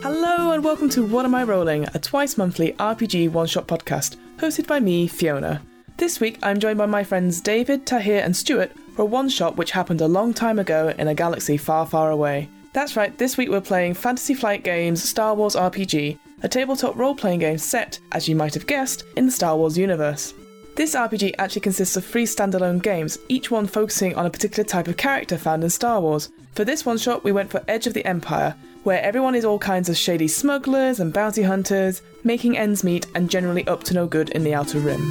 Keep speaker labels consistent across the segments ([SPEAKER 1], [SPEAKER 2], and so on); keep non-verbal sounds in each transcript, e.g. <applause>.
[SPEAKER 1] Hello and welcome to What Am I Rolling, a twice monthly RPG one shot podcast hosted by me, Fiona. This week I'm joined by my friends David, Tahir, and Stuart for a one shot which happened a long time ago in a galaxy far, far away. That's right, this week we're playing Fantasy Flight Games Star Wars RPG, a tabletop role playing game set, as you might have guessed, in the Star Wars universe. This RPG actually consists of three standalone games, each one focusing on a particular type of character found in Star Wars. For this one shot, we went for Edge of the Empire, where everyone is all kinds of shady smugglers and bounty hunters, making ends meet and generally up to no good in the Outer Rim.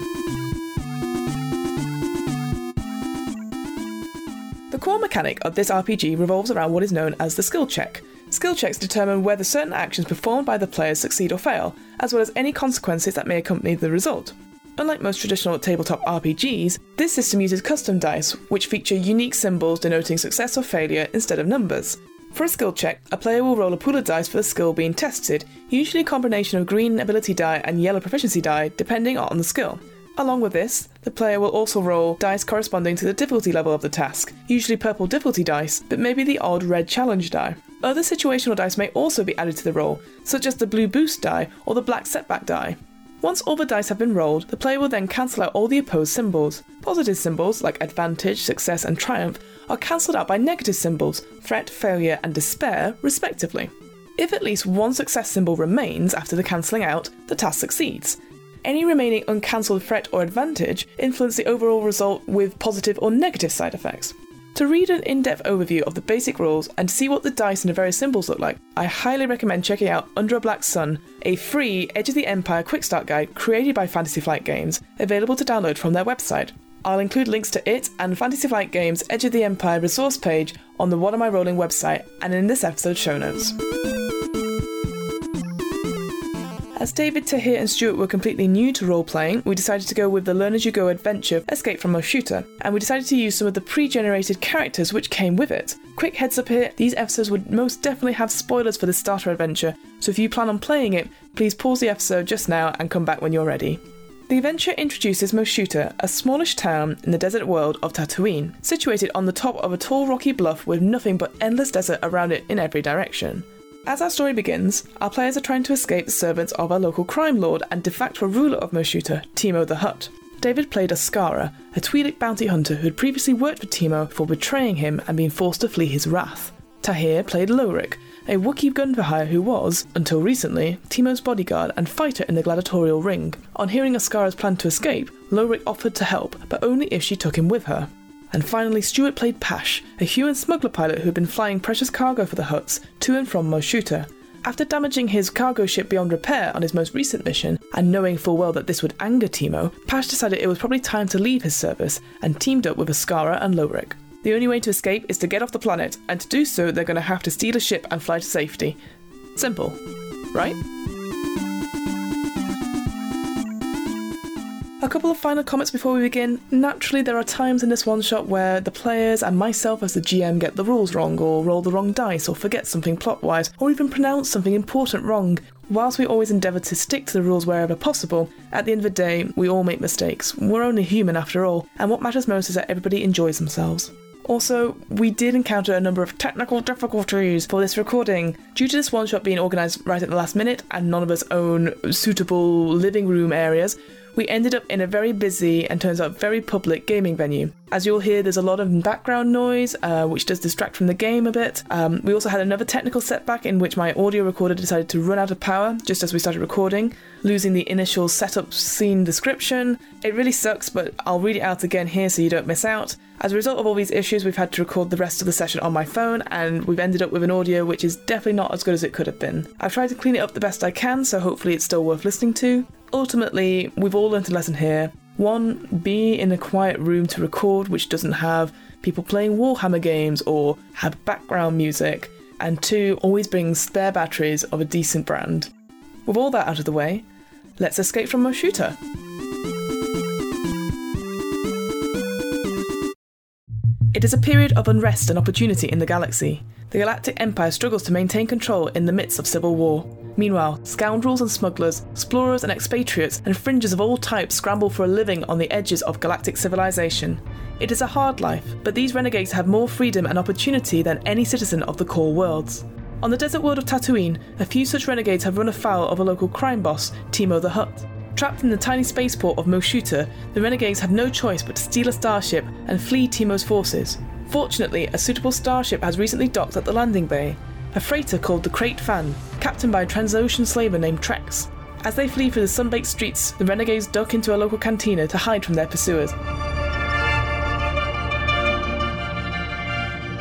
[SPEAKER 1] The core mechanic of this RPG revolves around what is known as the skill check. Skill checks determine whether certain actions performed by the players succeed or fail, as well as any consequences that may accompany the result. Unlike most traditional tabletop RPGs, this system uses custom dice, which feature unique symbols denoting success or failure instead of numbers. For a skill check, a player will roll a pool of dice for the skill being tested, usually a combination of green ability die and yellow proficiency die, depending on the skill. Along with this, the player will also roll dice corresponding to the difficulty level of the task, usually purple difficulty dice, but maybe the odd red challenge die. Other situational dice may also be added to the roll, such as the blue boost die or the black setback die. Once all the dice have been rolled, the player will then cancel out all the opposed symbols. Positive symbols, like advantage, success, and triumph, are cancelled out by negative symbols, threat, failure, and despair, respectively. If at least one success symbol remains after the cancelling out, the task succeeds. Any remaining uncancelled threat or advantage influence the overall result with positive or negative side effects. To read an in depth overview of the basic rules and see what the dice and the various symbols look like, I highly recommend checking out Under a Black Sun, a free Edge of the Empire quick start guide created by Fantasy Flight Games, available to download from their website. I'll include links to it and Fantasy Flight Games' Edge of the Empire resource page on the What Am I Rolling website and in this episode's show notes. As David, Tahir, and Stuart were completely new to role playing, we decided to go with the learn as you go adventure Escape from Moshuta, and we decided to use some of the pre generated characters which came with it. Quick heads up here these episodes would most definitely have spoilers for the starter adventure, so if you plan on playing it, please pause the episode just now and come back when you're ready. The adventure introduces Moshuta, a smallish town in the desert world of Tatooine, situated on the top of a tall rocky bluff with nothing but endless desert around it in every direction. As our story begins, our players are trying to escape the servants of our local crime lord and de facto ruler of Moshuta, Timo the Hutt. David played Ascara, a Twi'lek bounty hunter who had previously worked with Timo for betraying him and being forced to flee his wrath. Tahir played Lorik, a Wookiee gun for hire who was, until recently, Timo's bodyguard and fighter in the gladiatorial ring. On hearing Ascara's plan to escape, Lorik offered to help, but only if she took him with her. And finally, Stewart played Pash, a human smuggler pilot who had been flying precious cargo for the Huts to and from Moshuta. After damaging his cargo ship beyond repair on his most recent mission, and knowing full well that this would anger Timo, Pash decided it was probably time to leave his service and teamed up with Ascara and Lorik. The only way to escape is to get off the planet, and to do so, they're going to have to steal a ship and fly to safety. Simple, right? A couple of final comments before we begin. Naturally, there are times in this one shot where the players and myself as the GM get the rules wrong, or roll the wrong dice, or forget something plot wise, or even pronounce something important wrong. Whilst we always endeavour to stick to the rules wherever possible, at the end of the day, we all make mistakes. We're only human after all, and what matters most is that everybody enjoys themselves. Also, we did encounter a number of technical difficulties for this recording. Due to this one shot being organised right at the last minute and none of us own suitable living room areas, we ended up in a very busy and turns out very public gaming venue. As you'll hear, there's a lot of background noise, uh, which does distract from the game a bit. Um, we also had another technical setback in which my audio recorder decided to run out of power just as we started recording, losing the initial setup scene description. It really sucks, but I'll read it out again here so you don't miss out. As a result of all these issues, we've had to record the rest of the session on my phone, and we've ended up with an audio which is definitely not as good as it could have been. I've tried to clean it up the best I can, so hopefully it's still worth listening to. Ultimately, we've all learnt a lesson here. One, be in a quiet room to record which doesn't have people playing Warhammer games or have background music. And two, always bring spare batteries of a decent brand. With all that out of the way, let's escape from Moshuta. It is a period of unrest and opportunity in the galaxy. The Galactic Empire struggles to maintain control in the midst of civil war. Meanwhile, scoundrels and smugglers, explorers and expatriates, and fringers of all types scramble for a living on the edges of galactic civilization. It is a hard life, but these renegades have more freedom and opportunity than any citizen of the core worlds. On the desert world of Tatooine, a few such renegades have run afoul of a local crime boss, Timo the Hutt. Trapped in the tiny spaceport of Moshuta, the renegades have no choice but to steal a starship and flee Timo's forces. Fortunately, a suitable starship has recently docked at the landing bay, a freighter called the Crate Fan, captained by a transocean slaver named Trex. As they flee through the sunbaked streets, the renegades duck into a local cantina to hide from their pursuers.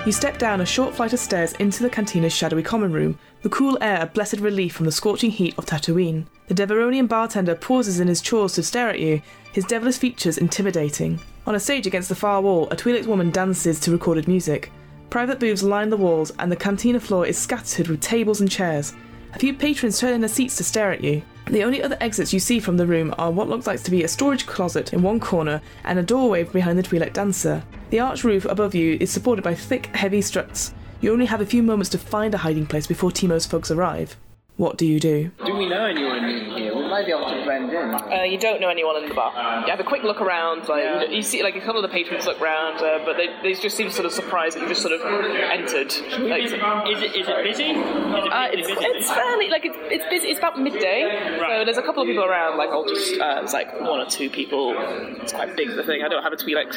[SPEAKER 1] You step down a short flight of stairs into the cantina's shadowy common room, the cool air a blessed relief from the scorching heat of Tatooine. The Deveronian bartender pauses in his chores to stare at you, his devilish features intimidating. On a stage against the far wall, a Twi'lek woman dances to recorded music. Private booths line the walls, and the cantina floor is scattered with tables and chairs. A few patrons turn in their seats to stare at you. The only other exits you see from the room are what looks like to be a storage closet in one corner and a doorway behind the Twi'lek dancer. The arch roof above you is supported by thick, heavy struts. You only have a few moments to find a hiding place before Timo's thugs arrive. What do you do?
[SPEAKER 2] Do we know anyone in here? We might be able to blend in.
[SPEAKER 1] Uh, you don't know anyone in the bar. you have a quick look around, like you see, like a couple of the patrons look round, uh, but they, they just seem sort of surprised that you just sort of entered. Like,
[SPEAKER 3] Um, Is it is it busy? Is it
[SPEAKER 1] uh,
[SPEAKER 3] busy?
[SPEAKER 1] it's,
[SPEAKER 3] busy?
[SPEAKER 1] it's fairly like it's, it's busy. It's about midday, so there's a couple of people around. Like I'll just uh, it's like one or two people. It's quite big the thing. I don't have a Twi'lek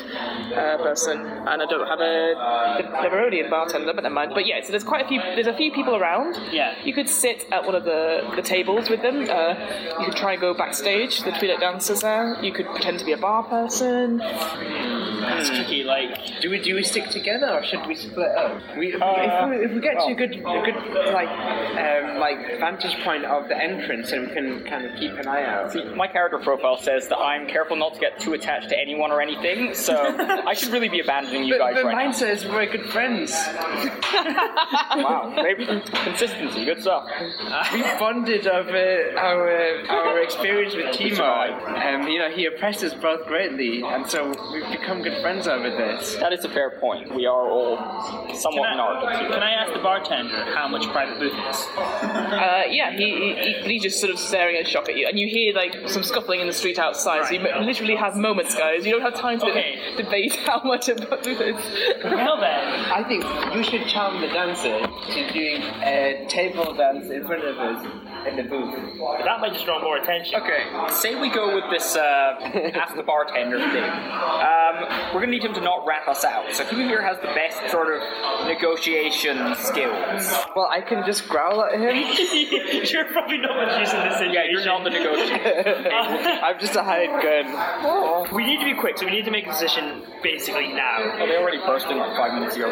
[SPEAKER 1] uh, person, and I don't have a Neveronian bartender, but never mind. But yeah, so there's quite a few. There's a few people around.
[SPEAKER 3] Yeah.
[SPEAKER 1] you could sit at one of the, the tables with them. Uh, you could try and go backstage. The Twi'lek dancers there. You could pretend to be a bar person.
[SPEAKER 3] It's tricky. Like
[SPEAKER 2] Hmm. Do we do we stick together or should we split up? We,
[SPEAKER 3] Uh,
[SPEAKER 2] if, we if we get to a good a good like um, like vantage point of the entrance, and we can kind of keep an eye out.
[SPEAKER 4] My character profile says that I'm careful not to get too attached to anyone or
[SPEAKER 1] <laughs>
[SPEAKER 4] anything, so I should really be abandoning you
[SPEAKER 2] But,
[SPEAKER 4] guys
[SPEAKER 2] but
[SPEAKER 4] right
[SPEAKER 2] mine says we're good <laughs> friends.
[SPEAKER 4] now. Wow, maybe consistency, good stuff.
[SPEAKER 2] <laughs> We bonded over our our experience with Timo. Um, you know, he oppressed us both greatly, and so we've become good friends over this.
[SPEAKER 4] That is a fair point. We are all
[SPEAKER 3] can
[SPEAKER 4] somewhat gnarled.
[SPEAKER 3] I, can I ask the bartender how much private booth is?
[SPEAKER 1] Uh, yeah, he, he, he- he's just sort of staring in shock at you, and you hear like some scuffling in the street outside. so you
[SPEAKER 3] Right, no.
[SPEAKER 1] literally have moments, guys. You don't have time to
[SPEAKER 3] Okay.
[SPEAKER 1] debate <laughs> how much of that is.
[SPEAKER 3] <laughs> Well then,
[SPEAKER 2] I think you should charm the dancer to doing a table dance in front of us in the booth.
[SPEAKER 3] that might just draw more attention. <laughs>
[SPEAKER 2] Okay.
[SPEAKER 4] Say we go with this uh,
[SPEAKER 1] <laughs>
[SPEAKER 4] ask the bartender thing. Um, we're gonna need him to not rat us out. So who here has the best sort of negotiation skills?
[SPEAKER 2] Well, I can just growl at <laughs> him.
[SPEAKER 3] you're probably not much use in this situation.
[SPEAKER 4] Yeah, you're not the negotiator.
[SPEAKER 2] I'm just a hired gun.
[SPEAKER 3] we need to be quick, so we need to make a decision basically now.
[SPEAKER 4] Oh, they already burst in like five minutes ago.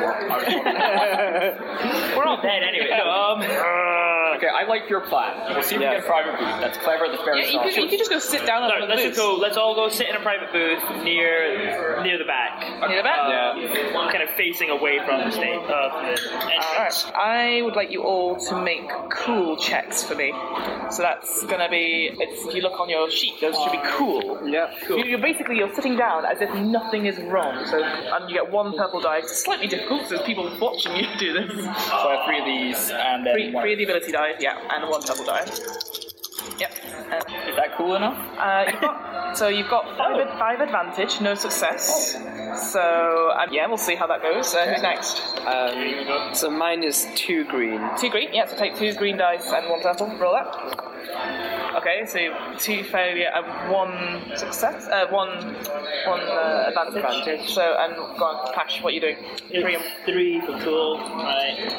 [SPEAKER 3] We're all dead anyway. No, <laughs> um, uh,
[SPEAKER 4] Okay, I like your plan. We'll see if we get a private booth. That's clever. The fair
[SPEAKER 1] Yeah, you could, you could just go sit down at
[SPEAKER 3] sorry,
[SPEAKER 1] one of
[SPEAKER 3] let's
[SPEAKER 1] the
[SPEAKER 3] just
[SPEAKER 1] booths.
[SPEAKER 3] go. Let's all go sit in a private booth near near the back,
[SPEAKER 1] You know that?
[SPEAKER 3] yeah. kind of facing away from the state. Uh, the entrance.
[SPEAKER 1] Alright, I would like you all to make cool checks for me. So that's gonna be. It's, if you look on your sheet, those should be cool.
[SPEAKER 2] Yeah.
[SPEAKER 1] You- You're basically you're sitting down as if nothing is wrong. So and you get one purple die. It's slightly difficult because there's people watching you <laughs> do this.
[SPEAKER 4] So I have three of these, and then
[SPEAKER 1] Three,
[SPEAKER 4] one.
[SPEAKER 1] three of the ability dice, yeah, and one double die. Yep. Uh,
[SPEAKER 4] Is that cool enough?
[SPEAKER 1] Uh, you've got, so you've got five, ad- five advantage, no success. So um, yeah, we'll see how that goes. Uh, who's next?
[SPEAKER 2] Um, so mine is two green.
[SPEAKER 1] Two green. Yeah, so take two green dice and one purple. Roll that. Okay, so two failure and one success, uh, one one uh, advantage.
[SPEAKER 2] Advantage.
[SPEAKER 1] So and go on, Pash, what are you doing? Three. and-
[SPEAKER 3] It's three for cool. Right.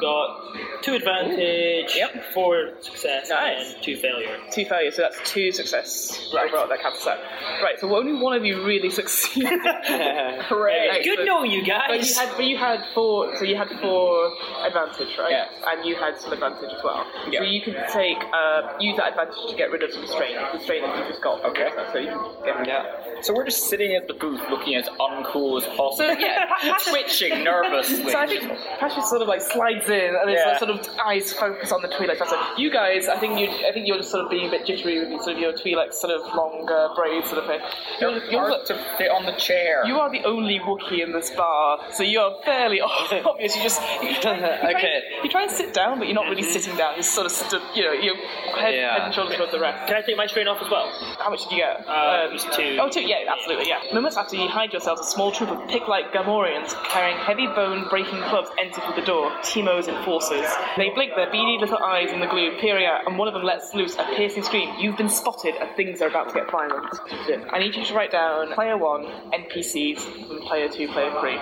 [SPEAKER 3] Got two advantage, yep. four success,
[SPEAKER 1] Nice.
[SPEAKER 3] and two failure.
[SPEAKER 1] two failures, so that's two success right. overall that counts out. Right, so only one of you really <laughs>
[SPEAKER 4] <laughs>
[SPEAKER 1] succeeded. Great.
[SPEAKER 3] Good
[SPEAKER 1] So-
[SPEAKER 3] knowing you
[SPEAKER 1] But you
[SPEAKER 3] guys.
[SPEAKER 1] had, but you had four, so you had four advantage, right?
[SPEAKER 4] Yeah.
[SPEAKER 1] And you had some advantage as well.
[SPEAKER 4] Yeah.
[SPEAKER 1] So you could take, uh, use that advantage to get rid of some strain, the strain that you just got.
[SPEAKER 4] Okay.
[SPEAKER 2] Yeah. <laughs>
[SPEAKER 4] So we're just sitting at the booth looking as uncool as possible. Yeah, twitching nervously.
[SPEAKER 1] So I think Patrick sort of like slides in, and his
[SPEAKER 4] Yeah.
[SPEAKER 1] like, sort of eyes focus on the Twi'lek. I said, "You guys, I think you, I think you're just sort of being a bit jittery with your sort of your Twi'lek sort of long uh, braids sort of thing. You're,
[SPEAKER 4] They're
[SPEAKER 1] you're
[SPEAKER 4] hard
[SPEAKER 1] the,
[SPEAKER 4] to fit on the chair.
[SPEAKER 1] you are the only Wookiee in this bar, so you are fairly <laughs> obvious. You just you
[SPEAKER 4] <laughs>
[SPEAKER 1] try, you try-
[SPEAKER 2] Okay.
[SPEAKER 1] You try and sit down, but you're not really
[SPEAKER 4] Mm-hmm.
[SPEAKER 1] sitting down. You're sort of, sort of you know, you're head,
[SPEAKER 2] Yeah.
[SPEAKER 1] head and shoulders above the rest.
[SPEAKER 3] Can I take my train off as well?
[SPEAKER 1] How much did you get?
[SPEAKER 3] Uh, it was two.
[SPEAKER 1] Oh, two, yeah, absolutely, yeah. Moments after you hide yourselves, a small troop of pig-like Gamorreans carrying heavy bone-breaking clubs enter through the door, Timo's enforcers. They blink their beady little eyes in the gloom, peering out, and one of them lets loose a piercing scream. You've been spotted, and things are about to get violent. I need you to write down player one, NPCs, and player two, player three.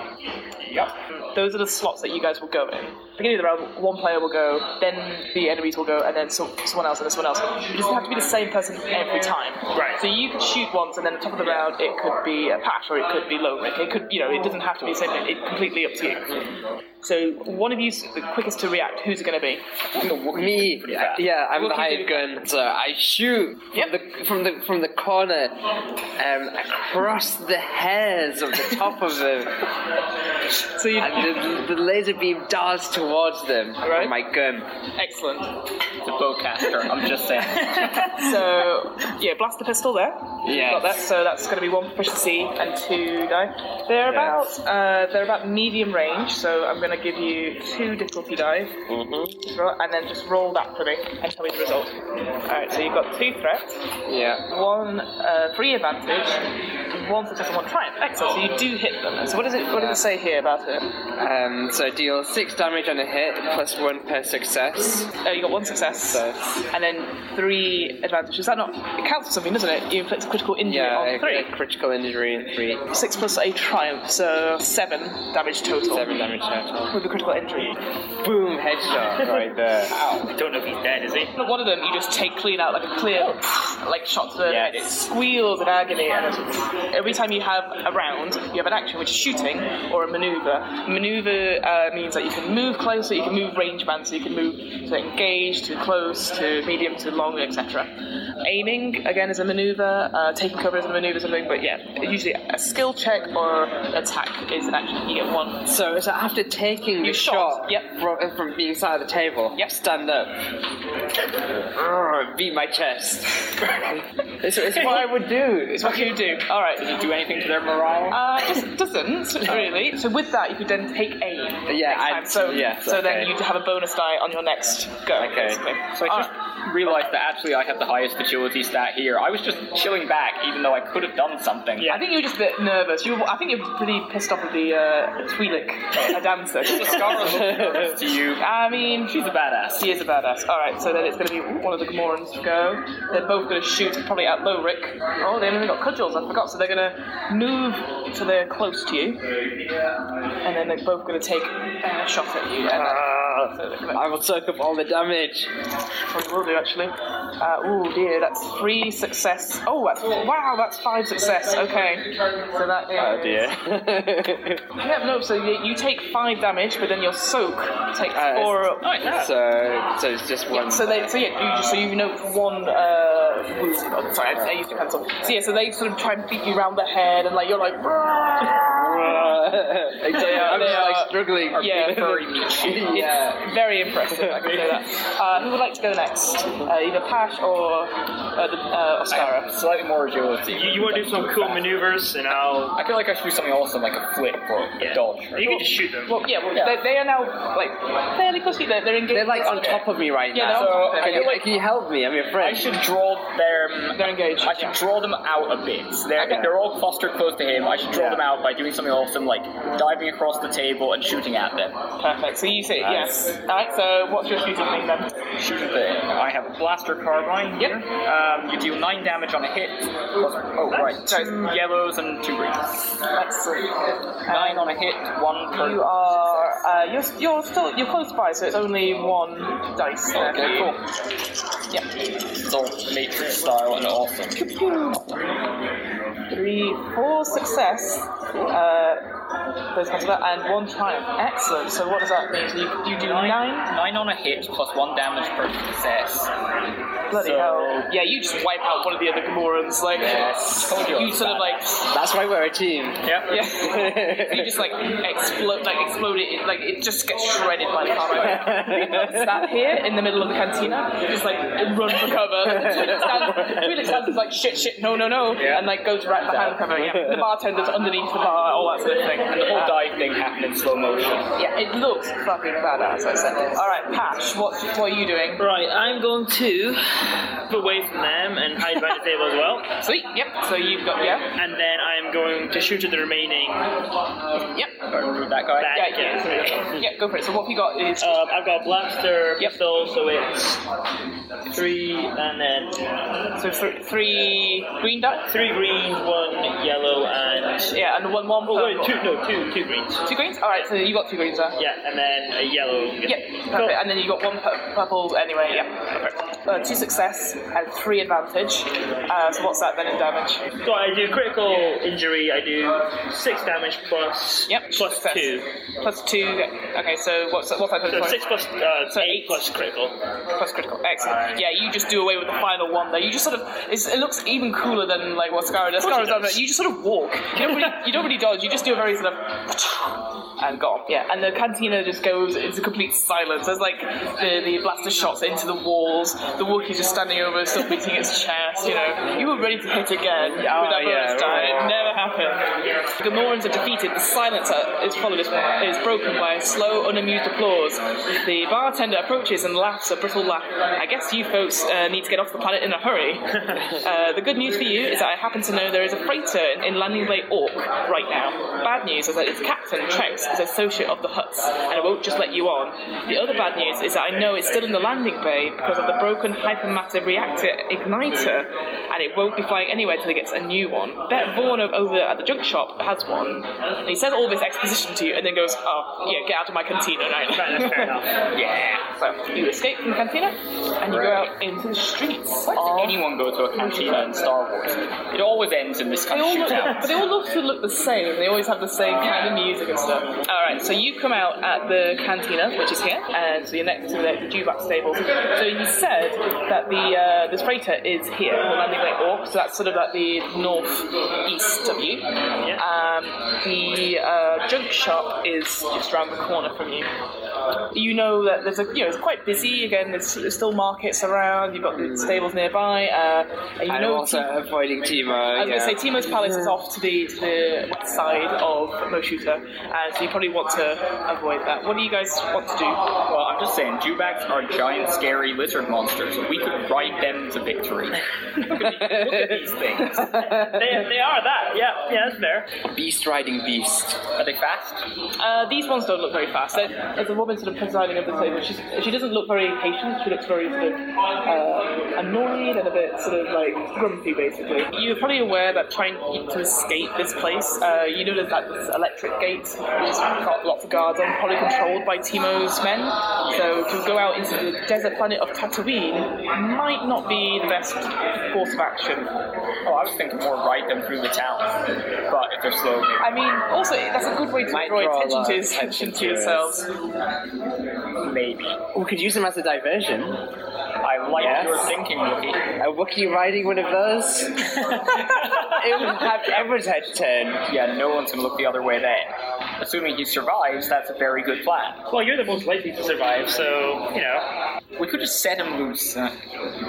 [SPEAKER 4] Yep.
[SPEAKER 1] Those are the slots that you guys will go in. Beginning of the round, one player will go, then the enemies will go, and then some, someone else, and then someone else. It doesn't have to be the same person every time.
[SPEAKER 3] Right.
[SPEAKER 1] So you could shoot once, and then at the top of the round, it could be a patch, or it could be low rick. It could, you know, it doesn't have to be the same thing. It's completely up to you. So one of you, the quickest to react, who's it going to be?
[SPEAKER 2] Me, yeah, I'm the
[SPEAKER 1] What can
[SPEAKER 2] hired
[SPEAKER 1] you
[SPEAKER 2] gun, so I shoot from,
[SPEAKER 1] Yep.
[SPEAKER 2] the, from the from the corner um, across the hairs of the top of them,
[SPEAKER 1] So you.
[SPEAKER 2] and the, the laser beam darts towards them
[SPEAKER 1] Right.
[SPEAKER 2] with my gun.
[SPEAKER 1] Excellent.
[SPEAKER 4] The bowcaster. I'm just saying.
[SPEAKER 1] So, yeah, blast the pistol there.
[SPEAKER 2] Yes.
[SPEAKER 1] Got that. So that's going to be one proficiency and two die. They're
[SPEAKER 2] Yes.
[SPEAKER 1] about uh, they're about medium range, so I'm going to give you two difficulty dice,
[SPEAKER 2] Mm-hmm.
[SPEAKER 1] Just roll- and then just roll that for me and tell me the result. All right, so you've got two threats,
[SPEAKER 2] <laughs> Yeah.
[SPEAKER 1] one uh, free advantage, one success and one triumph. Excellent. So you do hit them. So what does it what does it say here about it?
[SPEAKER 2] Um, so I deal six damage on a hit, plus one per success.
[SPEAKER 1] Uh, you got one success,
[SPEAKER 2] Success.
[SPEAKER 1] and then three advantages. Is that not it counts for something, doesn't it? You inflict a critical injury
[SPEAKER 2] Yeah,
[SPEAKER 1] on
[SPEAKER 2] a,
[SPEAKER 1] three.
[SPEAKER 2] a critical injury and three,
[SPEAKER 1] Six plus a triumph, so seven damage total.
[SPEAKER 2] seven damage total.
[SPEAKER 1] With a critical injury.
[SPEAKER 2] Boom, headshot right there.
[SPEAKER 3] I don't know if he's dead, is he?
[SPEAKER 1] One of them you just take clean out like a clear like shot to the
[SPEAKER 4] Yeah,
[SPEAKER 1] head.
[SPEAKER 4] it
[SPEAKER 1] It squeals in agony and it's- every time you have a round you have an action which is shooting or a maneuver. Maneuver uh, means that you can move closer, you can move range band, so you can move to engage, to close, to medium, to long, etc. Aiming again is a maneuver, uh, taking cover is a maneuver, something. But yeah, usually a skill check or attack is an action. You get one
[SPEAKER 2] So, so after taking
[SPEAKER 1] You
[SPEAKER 2] the
[SPEAKER 1] shot,
[SPEAKER 2] shot,
[SPEAKER 1] yep.
[SPEAKER 2] from, from being side of the table,
[SPEAKER 1] Yep.
[SPEAKER 2] stand up, Arr, beat my <laughs> chest. it's, it's what I would do. It's
[SPEAKER 1] What do you do? All right.
[SPEAKER 4] Do anything to their morale?
[SPEAKER 1] Uh, just
[SPEAKER 2] <laughs>
[SPEAKER 1] doesn't really. So with that, you could then take aim.
[SPEAKER 2] Yeah,
[SPEAKER 1] Next
[SPEAKER 2] I-
[SPEAKER 1] time. So
[SPEAKER 2] yes,
[SPEAKER 1] so then
[SPEAKER 2] okay.
[SPEAKER 1] you'd have a bonus die on your next go.
[SPEAKER 2] Okay.
[SPEAKER 1] Basically.
[SPEAKER 4] So I just realized that actually I have the highest agility stat here. I was just chilling back, even though I could have done something.
[SPEAKER 1] I think you were just a bit nervous. You, were, I think you're pretty pissed off with the uh, Twi'lek uh, dancer.
[SPEAKER 4] Scarlet looks nervous to you.
[SPEAKER 1] I mean,
[SPEAKER 4] She's a badass.
[SPEAKER 1] She is a badass. All right, so then it's going to be one of the Gamorans to go. They're both going to shoot probably at low Rick. Oh, they only got cudgels. I forgot. So they're going to move so they're close to you, and then they're both going to take uh, shots at you. And,
[SPEAKER 4] Ah.
[SPEAKER 1] uh, so they're gonna-
[SPEAKER 2] I will soak up all the damage.
[SPEAKER 1] probably will do actually. Uh, oh dear, that's three success. Oh, that's, wow, that's five success. Okay, so that is.
[SPEAKER 2] Oh <laughs> dear.
[SPEAKER 1] Yep, no. So you, you take five damage, but then your soak takes
[SPEAKER 2] Uh,
[SPEAKER 1] four.
[SPEAKER 2] so, so it's just one.
[SPEAKER 1] So
[SPEAKER 2] <laughs>
[SPEAKER 1] they, so yeah, you just, so you know one uh, wound. Oh, sorry, I, I used to pencil. So yeah, so they sort of try and beat you round the head, and like you're like,
[SPEAKER 2] they are,
[SPEAKER 1] They
[SPEAKER 2] just,
[SPEAKER 1] are-
[SPEAKER 2] like <laughs> struggling.
[SPEAKER 1] yeah,
[SPEAKER 2] <laughs> <laughs> yeah.
[SPEAKER 1] it's very impressive. I can say
[SPEAKER 2] <laughs>
[SPEAKER 1] that. Uh, who would like to go next? Uh, either Pash or uh, the, uh,
[SPEAKER 4] I have
[SPEAKER 1] Ostara.
[SPEAKER 4] slightly more agility.
[SPEAKER 3] You, you want to do some cool maneuvers, and I'll.
[SPEAKER 4] I feel like I should do something awesome, like a flip or a dodge.
[SPEAKER 3] You can just shoot them.
[SPEAKER 1] Well, yeah, well,
[SPEAKER 4] Yeah.
[SPEAKER 1] They, they are now like fairly close. to you. They're, they're engaged.
[SPEAKER 2] They're like on top of me right
[SPEAKER 1] Yeah,
[SPEAKER 2] now.
[SPEAKER 1] they're on
[SPEAKER 4] top of
[SPEAKER 2] can,
[SPEAKER 4] me.
[SPEAKER 2] you, can you help me? I'm your
[SPEAKER 4] I
[SPEAKER 2] friend.
[SPEAKER 4] should draw them.
[SPEAKER 1] They're engaged,
[SPEAKER 4] I should
[SPEAKER 1] yeah.
[SPEAKER 4] draw them out a bit. They're,
[SPEAKER 1] Okay.
[SPEAKER 4] they're all clustered close to him. I should draw
[SPEAKER 2] Yeah.
[SPEAKER 4] them out by doing something awesome, like diving across the table and shooting at them.
[SPEAKER 1] Perfect. So you say yes. All right. So what's your shooting thing then?
[SPEAKER 4] Shoot at them. I have a blaster carbine.
[SPEAKER 1] Yep.
[SPEAKER 4] Here. Um, you deal nine damage on a hit. Plus- oh right, two yellows and two greens.
[SPEAKER 1] Excellent.
[SPEAKER 4] Nine on a hit, one per.
[SPEAKER 1] You are. Uh, you're, you're still. You're close by, so it's only one dice. there.
[SPEAKER 4] Okay, cool.
[SPEAKER 1] Yeah.
[SPEAKER 4] It's all matrix style and awesome.
[SPEAKER 1] three, four success. Uh, those kinds of that, and one triumph. Excellent. So what does that mean? So you, you do nine.
[SPEAKER 4] Nine on a hit plus one damage per success.
[SPEAKER 1] Bloody
[SPEAKER 4] So-
[SPEAKER 1] hell! Yeah, you just wipe out one of the other Gamorans. Like
[SPEAKER 4] Yes. Told you I
[SPEAKER 1] you
[SPEAKER 4] was
[SPEAKER 1] sort of
[SPEAKER 4] bad.
[SPEAKER 1] like
[SPEAKER 2] That's why we're a team. <laughs>
[SPEAKER 4] Yep.
[SPEAKER 1] yeah. you just like explode, like explode it, like it just gets shredded by the car. Right? <laughs> Sat here in the middle of the cantina, just like run for cover. <laughs> Twi'lek stands, Twi'lek stands is like shit, shit, no, no, no,
[SPEAKER 4] Yeah.
[SPEAKER 1] and like goes right behind cover. Yeah, the bartender's underneath the bar, all that sort of thing.
[SPEAKER 4] And the whole
[SPEAKER 1] Uh,
[SPEAKER 4] dive thing happened in slow motion.
[SPEAKER 1] yeah, it looks fucking badass. I said. All right, Patch, what what are you doing?
[SPEAKER 3] Right, I'm going to move away from them and hide behind the table as well.
[SPEAKER 1] Sweet. Yep. So you've got yeah.
[SPEAKER 3] And then I'm going to shoot at the remaining. Um,
[SPEAKER 1] Yep.
[SPEAKER 4] Or that guy.
[SPEAKER 1] Yeah,
[SPEAKER 3] Back,
[SPEAKER 1] yeah,
[SPEAKER 3] yeah.
[SPEAKER 1] yeah. yeah, go for it. So what have you got is
[SPEAKER 3] I've got a blaster
[SPEAKER 1] Yep.
[SPEAKER 3] pistol, so it's three and then
[SPEAKER 1] so th- three green dice.
[SPEAKER 3] three green, one yellow, and
[SPEAKER 1] Yeah, and one one
[SPEAKER 3] oh
[SPEAKER 1] purple.
[SPEAKER 3] wait, two no two two greens.
[SPEAKER 1] Two greens? Alright, so you got two greens there.
[SPEAKER 3] Yeah, and then a yellow.
[SPEAKER 1] Yep, perfect. And then you got one pu- purple anyway, yeah. Perfect. Uh, two success and three advantage. Uh, so what's that then in damage?
[SPEAKER 3] So I do critical injury. I do six damage plus
[SPEAKER 1] Yep.
[SPEAKER 3] plus
[SPEAKER 1] success.
[SPEAKER 3] two.
[SPEAKER 1] Plus two. yeah. Okay, so what's that, what's that
[SPEAKER 3] So
[SPEAKER 1] total?
[SPEAKER 3] six plus uh,
[SPEAKER 1] So
[SPEAKER 3] eight
[SPEAKER 1] eight.
[SPEAKER 3] plus critical.
[SPEAKER 1] plus critical. Excellent. Yeah, you just do away with the final one there. You just sort of it's, it looks even cooler than like what Scar does.
[SPEAKER 3] Of course
[SPEAKER 1] Scar
[SPEAKER 3] it
[SPEAKER 1] does.
[SPEAKER 3] does.
[SPEAKER 1] You just sort of walk. You don't really you don't really dodge. You just do a very sort of and gone. Yeah, and the cantina just goes into complete silence. There's like the, the blaster shots into the walls. The Wookiee's just standing over, still beating its chest. You know, you were ready to hit again with that
[SPEAKER 2] yeah,
[SPEAKER 1] bonus die. It never happened. The Gamorans are defeated. The silence uh, is followed is, is broken by a slow, unamused applause. The bartender approaches and laughs a brittle laugh. I guess you folks uh, need to get off the planet in a hurry. uh, the good news for you is that I happen to know there is a freighter in Landing Bay Orc right now. Bad news is that its captain, Trex, is associate of the Huts, and it won't just let you on. The other bad news is that I know it's still in the landing bay because of the broken hypermatter reactor igniter, and it won't be flying anywhere till it gets a new one. Bet Vaughan o- over at the junk shop has one, and he says all this exposition to you, and then goes, "Oh, yeah, get out of my cantina <laughs> now."
[SPEAKER 3] That's fair enough.
[SPEAKER 4] Yeah.
[SPEAKER 1] so you escape from the cantina, and you go out into the streets.
[SPEAKER 4] Why does
[SPEAKER 1] of-
[SPEAKER 4] anyone go to a cantina in Star Wars? It always ends in this
[SPEAKER 1] They
[SPEAKER 4] kind of
[SPEAKER 1] all look,
[SPEAKER 4] shootout.
[SPEAKER 1] but they all look to look the same. They always have the same kind of music and stuff. All right, so you come out at the cantina, which is here, and so you're next to the, the Dewback stable. So you said that the uh, the freighter is here, or landing way orc. So that's sort of like the northeast of you. Um, the uh, junk shop is just around the corner from you you know that there's a you know it's quite busy again. There's, there's still markets around. You've got the stables nearby. Uh, and you
[SPEAKER 2] I'm
[SPEAKER 1] know
[SPEAKER 2] also avoiding Timo.
[SPEAKER 1] I was
[SPEAKER 2] yeah.
[SPEAKER 1] going to say Timo's Palace is off to the, to the west side of Moshuta, and so you probably want to avoid that. What do you guys want to do?
[SPEAKER 4] Well, I'm just saying, Jubaks are giant, scary lizard monsters. We could ride them to victory. <laughs> look, at these, look at these things.
[SPEAKER 3] They, they are that. Yeah, yeah, that's fair.
[SPEAKER 2] beast riding beast.
[SPEAKER 4] Are they fast?
[SPEAKER 1] Uh, these ones don't look very fast. There- There's a woman sort of presiding over the table. She's, she doesn't look very patient. She looks very sort of uh, annoyed and a bit sort of like grumpy, basically. You're probably aware that trying to escape this place, uh, you know there's like this electric gate which has got lots of guards on, probably controlled by Timo's men. So to go out into the desert planet of Tatooine might not be the best course of action.
[SPEAKER 4] Oh, I was thinking more ride them through the town. But if they're slow, maybe.
[SPEAKER 1] I mean, also that's a good way to
[SPEAKER 2] Might draw
[SPEAKER 1] draw
[SPEAKER 2] a
[SPEAKER 1] attention
[SPEAKER 2] lot
[SPEAKER 1] to,
[SPEAKER 2] of
[SPEAKER 1] attention
[SPEAKER 2] attention
[SPEAKER 1] to
[SPEAKER 2] to us.
[SPEAKER 1] yourselves.
[SPEAKER 4] maybe.
[SPEAKER 2] We could use him as a diversion.
[SPEAKER 4] I like
[SPEAKER 2] Yes.
[SPEAKER 4] your thinking, Wookie.
[SPEAKER 2] A Wookiee riding one of
[SPEAKER 4] <laughs>
[SPEAKER 2] those? it would have everyone's head turn.
[SPEAKER 4] Yeah, no one's gonna look the other way then. Assuming he survives, that's a very good plan.
[SPEAKER 3] Well, you're the most likely to survive, so you know.
[SPEAKER 4] We could just set him loose. Uh,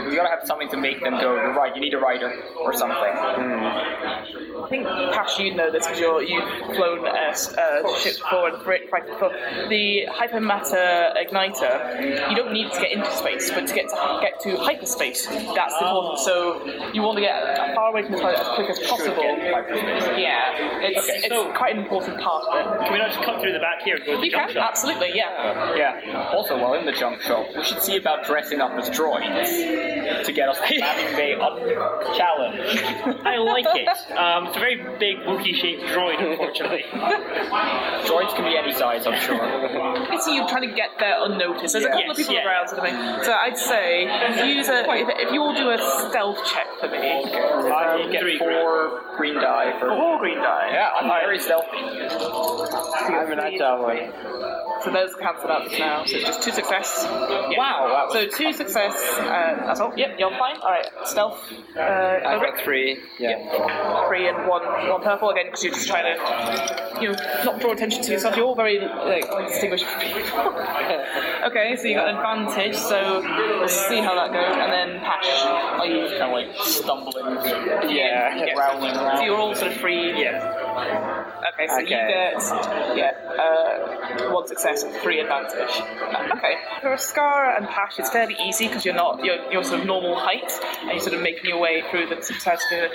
[SPEAKER 4] we gotta have something to make them go, you're right, you need a rider or something.
[SPEAKER 1] I think Pash, you know this because you're, you've flown uh, s- uh, ships before and freight freighted before. The hypermatter igniter, you don't need to get into space, but to get to get to hyperspace, that's important. So you want to get as far away from the planet as quick as possible. Yeah, it's,
[SPEAKER 3] Okay,
[SPEAKER 1] it's
[SPEAKER 3] so-
[SPEAKER 1] quite an important part of it.
[SPEAKER 3] Can we not just cut through the back here and go to the
[SPEAKER 1] You
[SPEAKER 3] jump
[SPEAKER 1] can
[SPEAKER 3] shop?
[SPEAKER 1] absolutely, yeah.
[SPEAKER 4] Yeah. Also, while in the junk shop, we should see thinking about dressing up as droids to get us from having the unchallenged.
[SPEAKER 3] I like it. Um, it's a very big Wookiee shaped droid,
[SPEAKER 1] <laughs>
[SPEAKER 3] unfortunately.
[SPEAKER 4] <laughs> droids can be any size, I'm sure.
[SPEAKER 1] It's you trying to get there unnoticed. There's a
[SPEAKER 4] Yeah.
[SPEAKER 1] couple of people
[SPEAKER 3] Yes, Uh-huh. yeah.
[SPEAKER 1] around sort of thing. So I'd say use a if, if you all do a stealth check for me.
[SPEAKER 4] I get
[SPEAKER 3] Three
[SPEAKER 4] four green die for.
[SPEAKER 1] All green die.
[SPEAKER 4] Yeah, I'm very stealthy.
[SPEAKER 2] I'm an agile one.
[SPEAKER 1] So those cancel out now. So it's just two success. Yeah.
[SPEAKER 4] Wow, that
[SPEAKER 1] So two success. Uh, that's all. Yep, you're fine. All right, stealth. Uh,
[SPEAKER 4] I've
[SPEAKER 1] Ulrich,
[SPEAKER 4] got three. Yeah.
[SPEAKER 1] three and one one purple again because you're just trying to you know not draw attention to yourself. You're all very like distinguished <laughs> people. okay, so you got an advantage. So let's see how that goes. And then Pash, are you
[SPEAKER 4] Kind of like stumbling.
[SPEAKER 1] Yeah,
[SPEAKER 4] Yeah,
[SPEAKER 1] yeah.
[SPEAKER 4] growling
[SPEAKER 1] So
[SPEAKER 4] around.
[SPEAKER 1] you're all sort of free.
[SPEAKER 4] Yeah.
[SPEAKER 1] Okay, so you
[SPEAKER 4] Okay.
[SPEAKER 1] get yeah uh, one success and three advantage. Uh, Okay, for Ascara and Pash, it's fairly easy because you're not you're, you're sort of normal height and you're sort of making your way through the society. The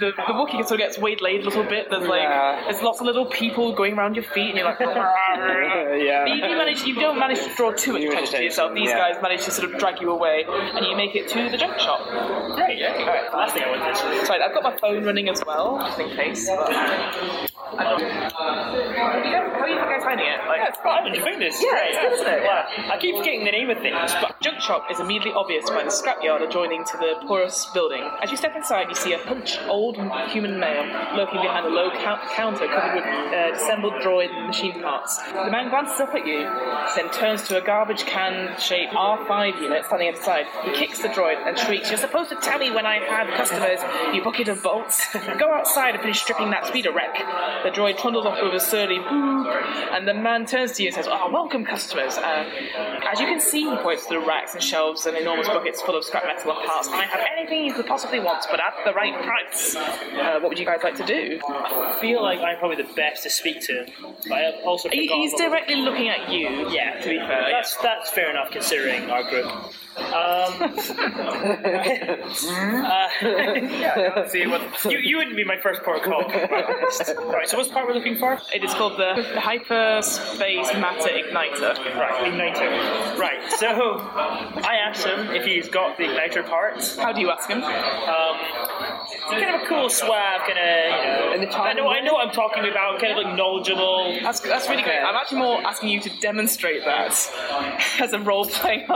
[SPEAKER 1] the, the Wookiee sort of gets waylaid a little bit. There's like
[SPEAKER 4] Yeah.
[SPEAKER 1] there's lots of little people going around your feet and you're like. <laughs> yeah. But you, do manage, you don't manage to draw too much attention to yourself. These
[SPEAKER 4] yeah.
[SPEAKER 1] guys manage to sort of drag you away, and you make it to the junk shop. Great. Yeah. All right.
[SPEAKER 3] Last thing I want is
[SPEAKER 1] Sorry, I've got my phone running as well, just in case. But I don't. You guys, how are you guys finding it? Like,
[SPEAKER 3] Yeah, it's fine. Did you think this?
[SPEAKER 1] Yeah, it's good, isn't it?
[SPEAKER 3] Wow. I keep forgetting the name of things, but
[SPEAKER 1] Junk shop is immediately obvious by the scrapyard adjoining to the porous building. As you step inside, you see a hunched old human male lurking behind a low cou- counter covered with uh, dissembled droid and machine parts. The man glances up at you, then turns to a garbage can shaped R5 unit standing outside. He kicks the droid and shrieks, You're supposed to tell me when I have customers, you bucket of bolts. <laughs> Go outside and finish stripping that speeder wreck. The droid trundles off with a surly boop, and the man turns to you and says, Ah, welcome, customers. Uh, as you can see, he points to the racks and shelves and enormous buckets full of scrap metal and parts. I have anything you could possibly want, but at the right price. Uh, what would you guys like to do?
[SPEAKER 3] I feel like I'm probably the best to speak to. But I also
[SPEAKER 1] He-
[SPEAKER 3] forgot
[SPEAKER 1] he's
[SPEAKER 3] about-
[SPEAKER 1] directly looking at you.
[SPEAKER 3] Yeah,
[SPEAKER 1] to be fair.
[SPEAKER 3] That's that's fair enough considering our group.
[SPEAKER 1] <laughs>
[SPEAKER 3] <laughs> Um, uh, let's uh, <laughs> see what you, you wouldn't be my first port of call. to be honest. Right, so what's the part we're looking for?
[SPEAKER 1] It is called the Hyperspace Matter Igniter.
[SPEAKER 3] Right, igniter. Right, so I asked him if he's got the igniter parts.
[SPEAKER 1] How do you ask him?
[SPEAKER 3] Um, kind of a cool swag, kind of you know. I know I know what I'm talking about. Kind of like knowledgeable.
[SPEAKER 1] That's, that's really great. I'm actually more asking you to demonstrate that <laughs> as a role <laughs> playing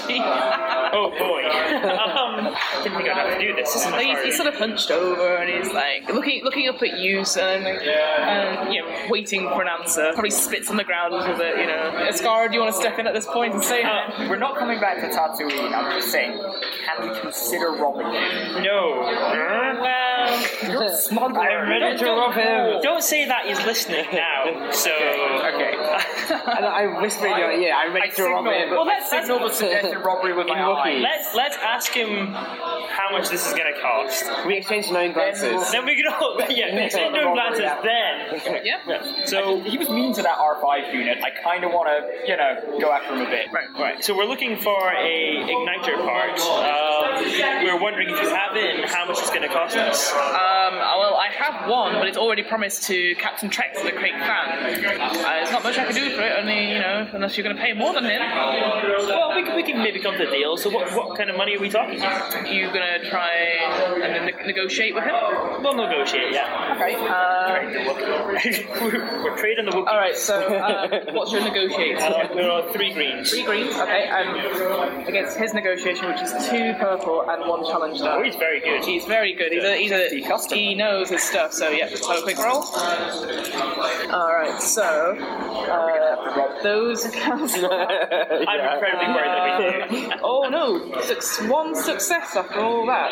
[SPEAKER 1] RPG.
[SPEAKER 3] Oh boy. Um, didn't think I'd have to do this. this is
[SPEAKER 1] Like,
[SPEAKER 3] much
[SPEAKER 1] he's, he's
[SPEAKER 3] harder.
[SPEAKER 1] sort of hunched over and he's like looking looking up at you, son, and you know, waiting for an answer. Probably spits on the ground a little bit, you know. Ascara, do you want to step in at this point and say hi?
[SPEAKER 4] We're not coming back to Tatooine. I'm just saying, can we consider robbing him?
[SPEAKER 3] No. Well,
[SPEAKER 4] Smuggler.
[SPEAKER 3] I'm ready to
[SPEAKER 4] rob him.
[SPEAKER 3] don't say that he's listening now. So.
[SPEAKER 4] Okay.
[SPEAKER 2] And I whisper in your ear, I'm ready to rob it.
[SPEAKER 4] Well, let's signal the suggested robbery with my
[SPEAKER 2] Wookiee.
[SPEAKER 4] eye.
[SPEAKER 3] Let's let's ask him how much this is gonna cost.
[SPEAKER 2] We exchange nine glances.
[SPEAKER 3] Then we can all <laughs> yeah,
[SPEAKER 4] <laughs>
[SPEAKER 3] yeah
[SPEAKER 4] Yeah.
[SPEAKER 3] no glances then.
[SPEAKER 1] Yeah.
[SPEAKER 3] So
[SPEAKER 4] He was mean to that R5 unit. I kind of want to, you know, go after him a bit.
[SPEAKER 3] right, right. So we're looking for a igniter part. Um, we're wondering if you have it and how much it's gonna cost us.
[SPEAKER 1] Um, well, I have one, but it's already promised to Captain Trex the Crate fan. Uh, there's not much I can do for it, only you know, unless you're going to pay more than him.
[SPEAKER 3] Well, we can, we can maybe come to a deal. So what what kind of money are we talking?
[SPEAKER 1] You're going to try and ne- negotiate with him.
[SPEAKER 3] We'll negotiate. Yeah. we're, we're trading the Wookiee.
[SPEAKER 1] uh, All right. So, uh, what's your negotiate?
[SPEAKER 3] Uh, we're on three greens.
[SPEAKER 1] Three greens. Okay. And against his negotiation, which is two purple and one challenge
[SPEAKER 3] Oh,
[SPEAKER 1] die.
[SPEAKER 3] he's very good.
[SPEAKER 1] He's very good. He's a, he's a he knows his stuff. So yeah, just have a quick roll. All right. So uh, those
[SPEAKER 3] <laughs> I'm incredibly worried that we
[SPEAKER 1] oh no, Six, one success after all that.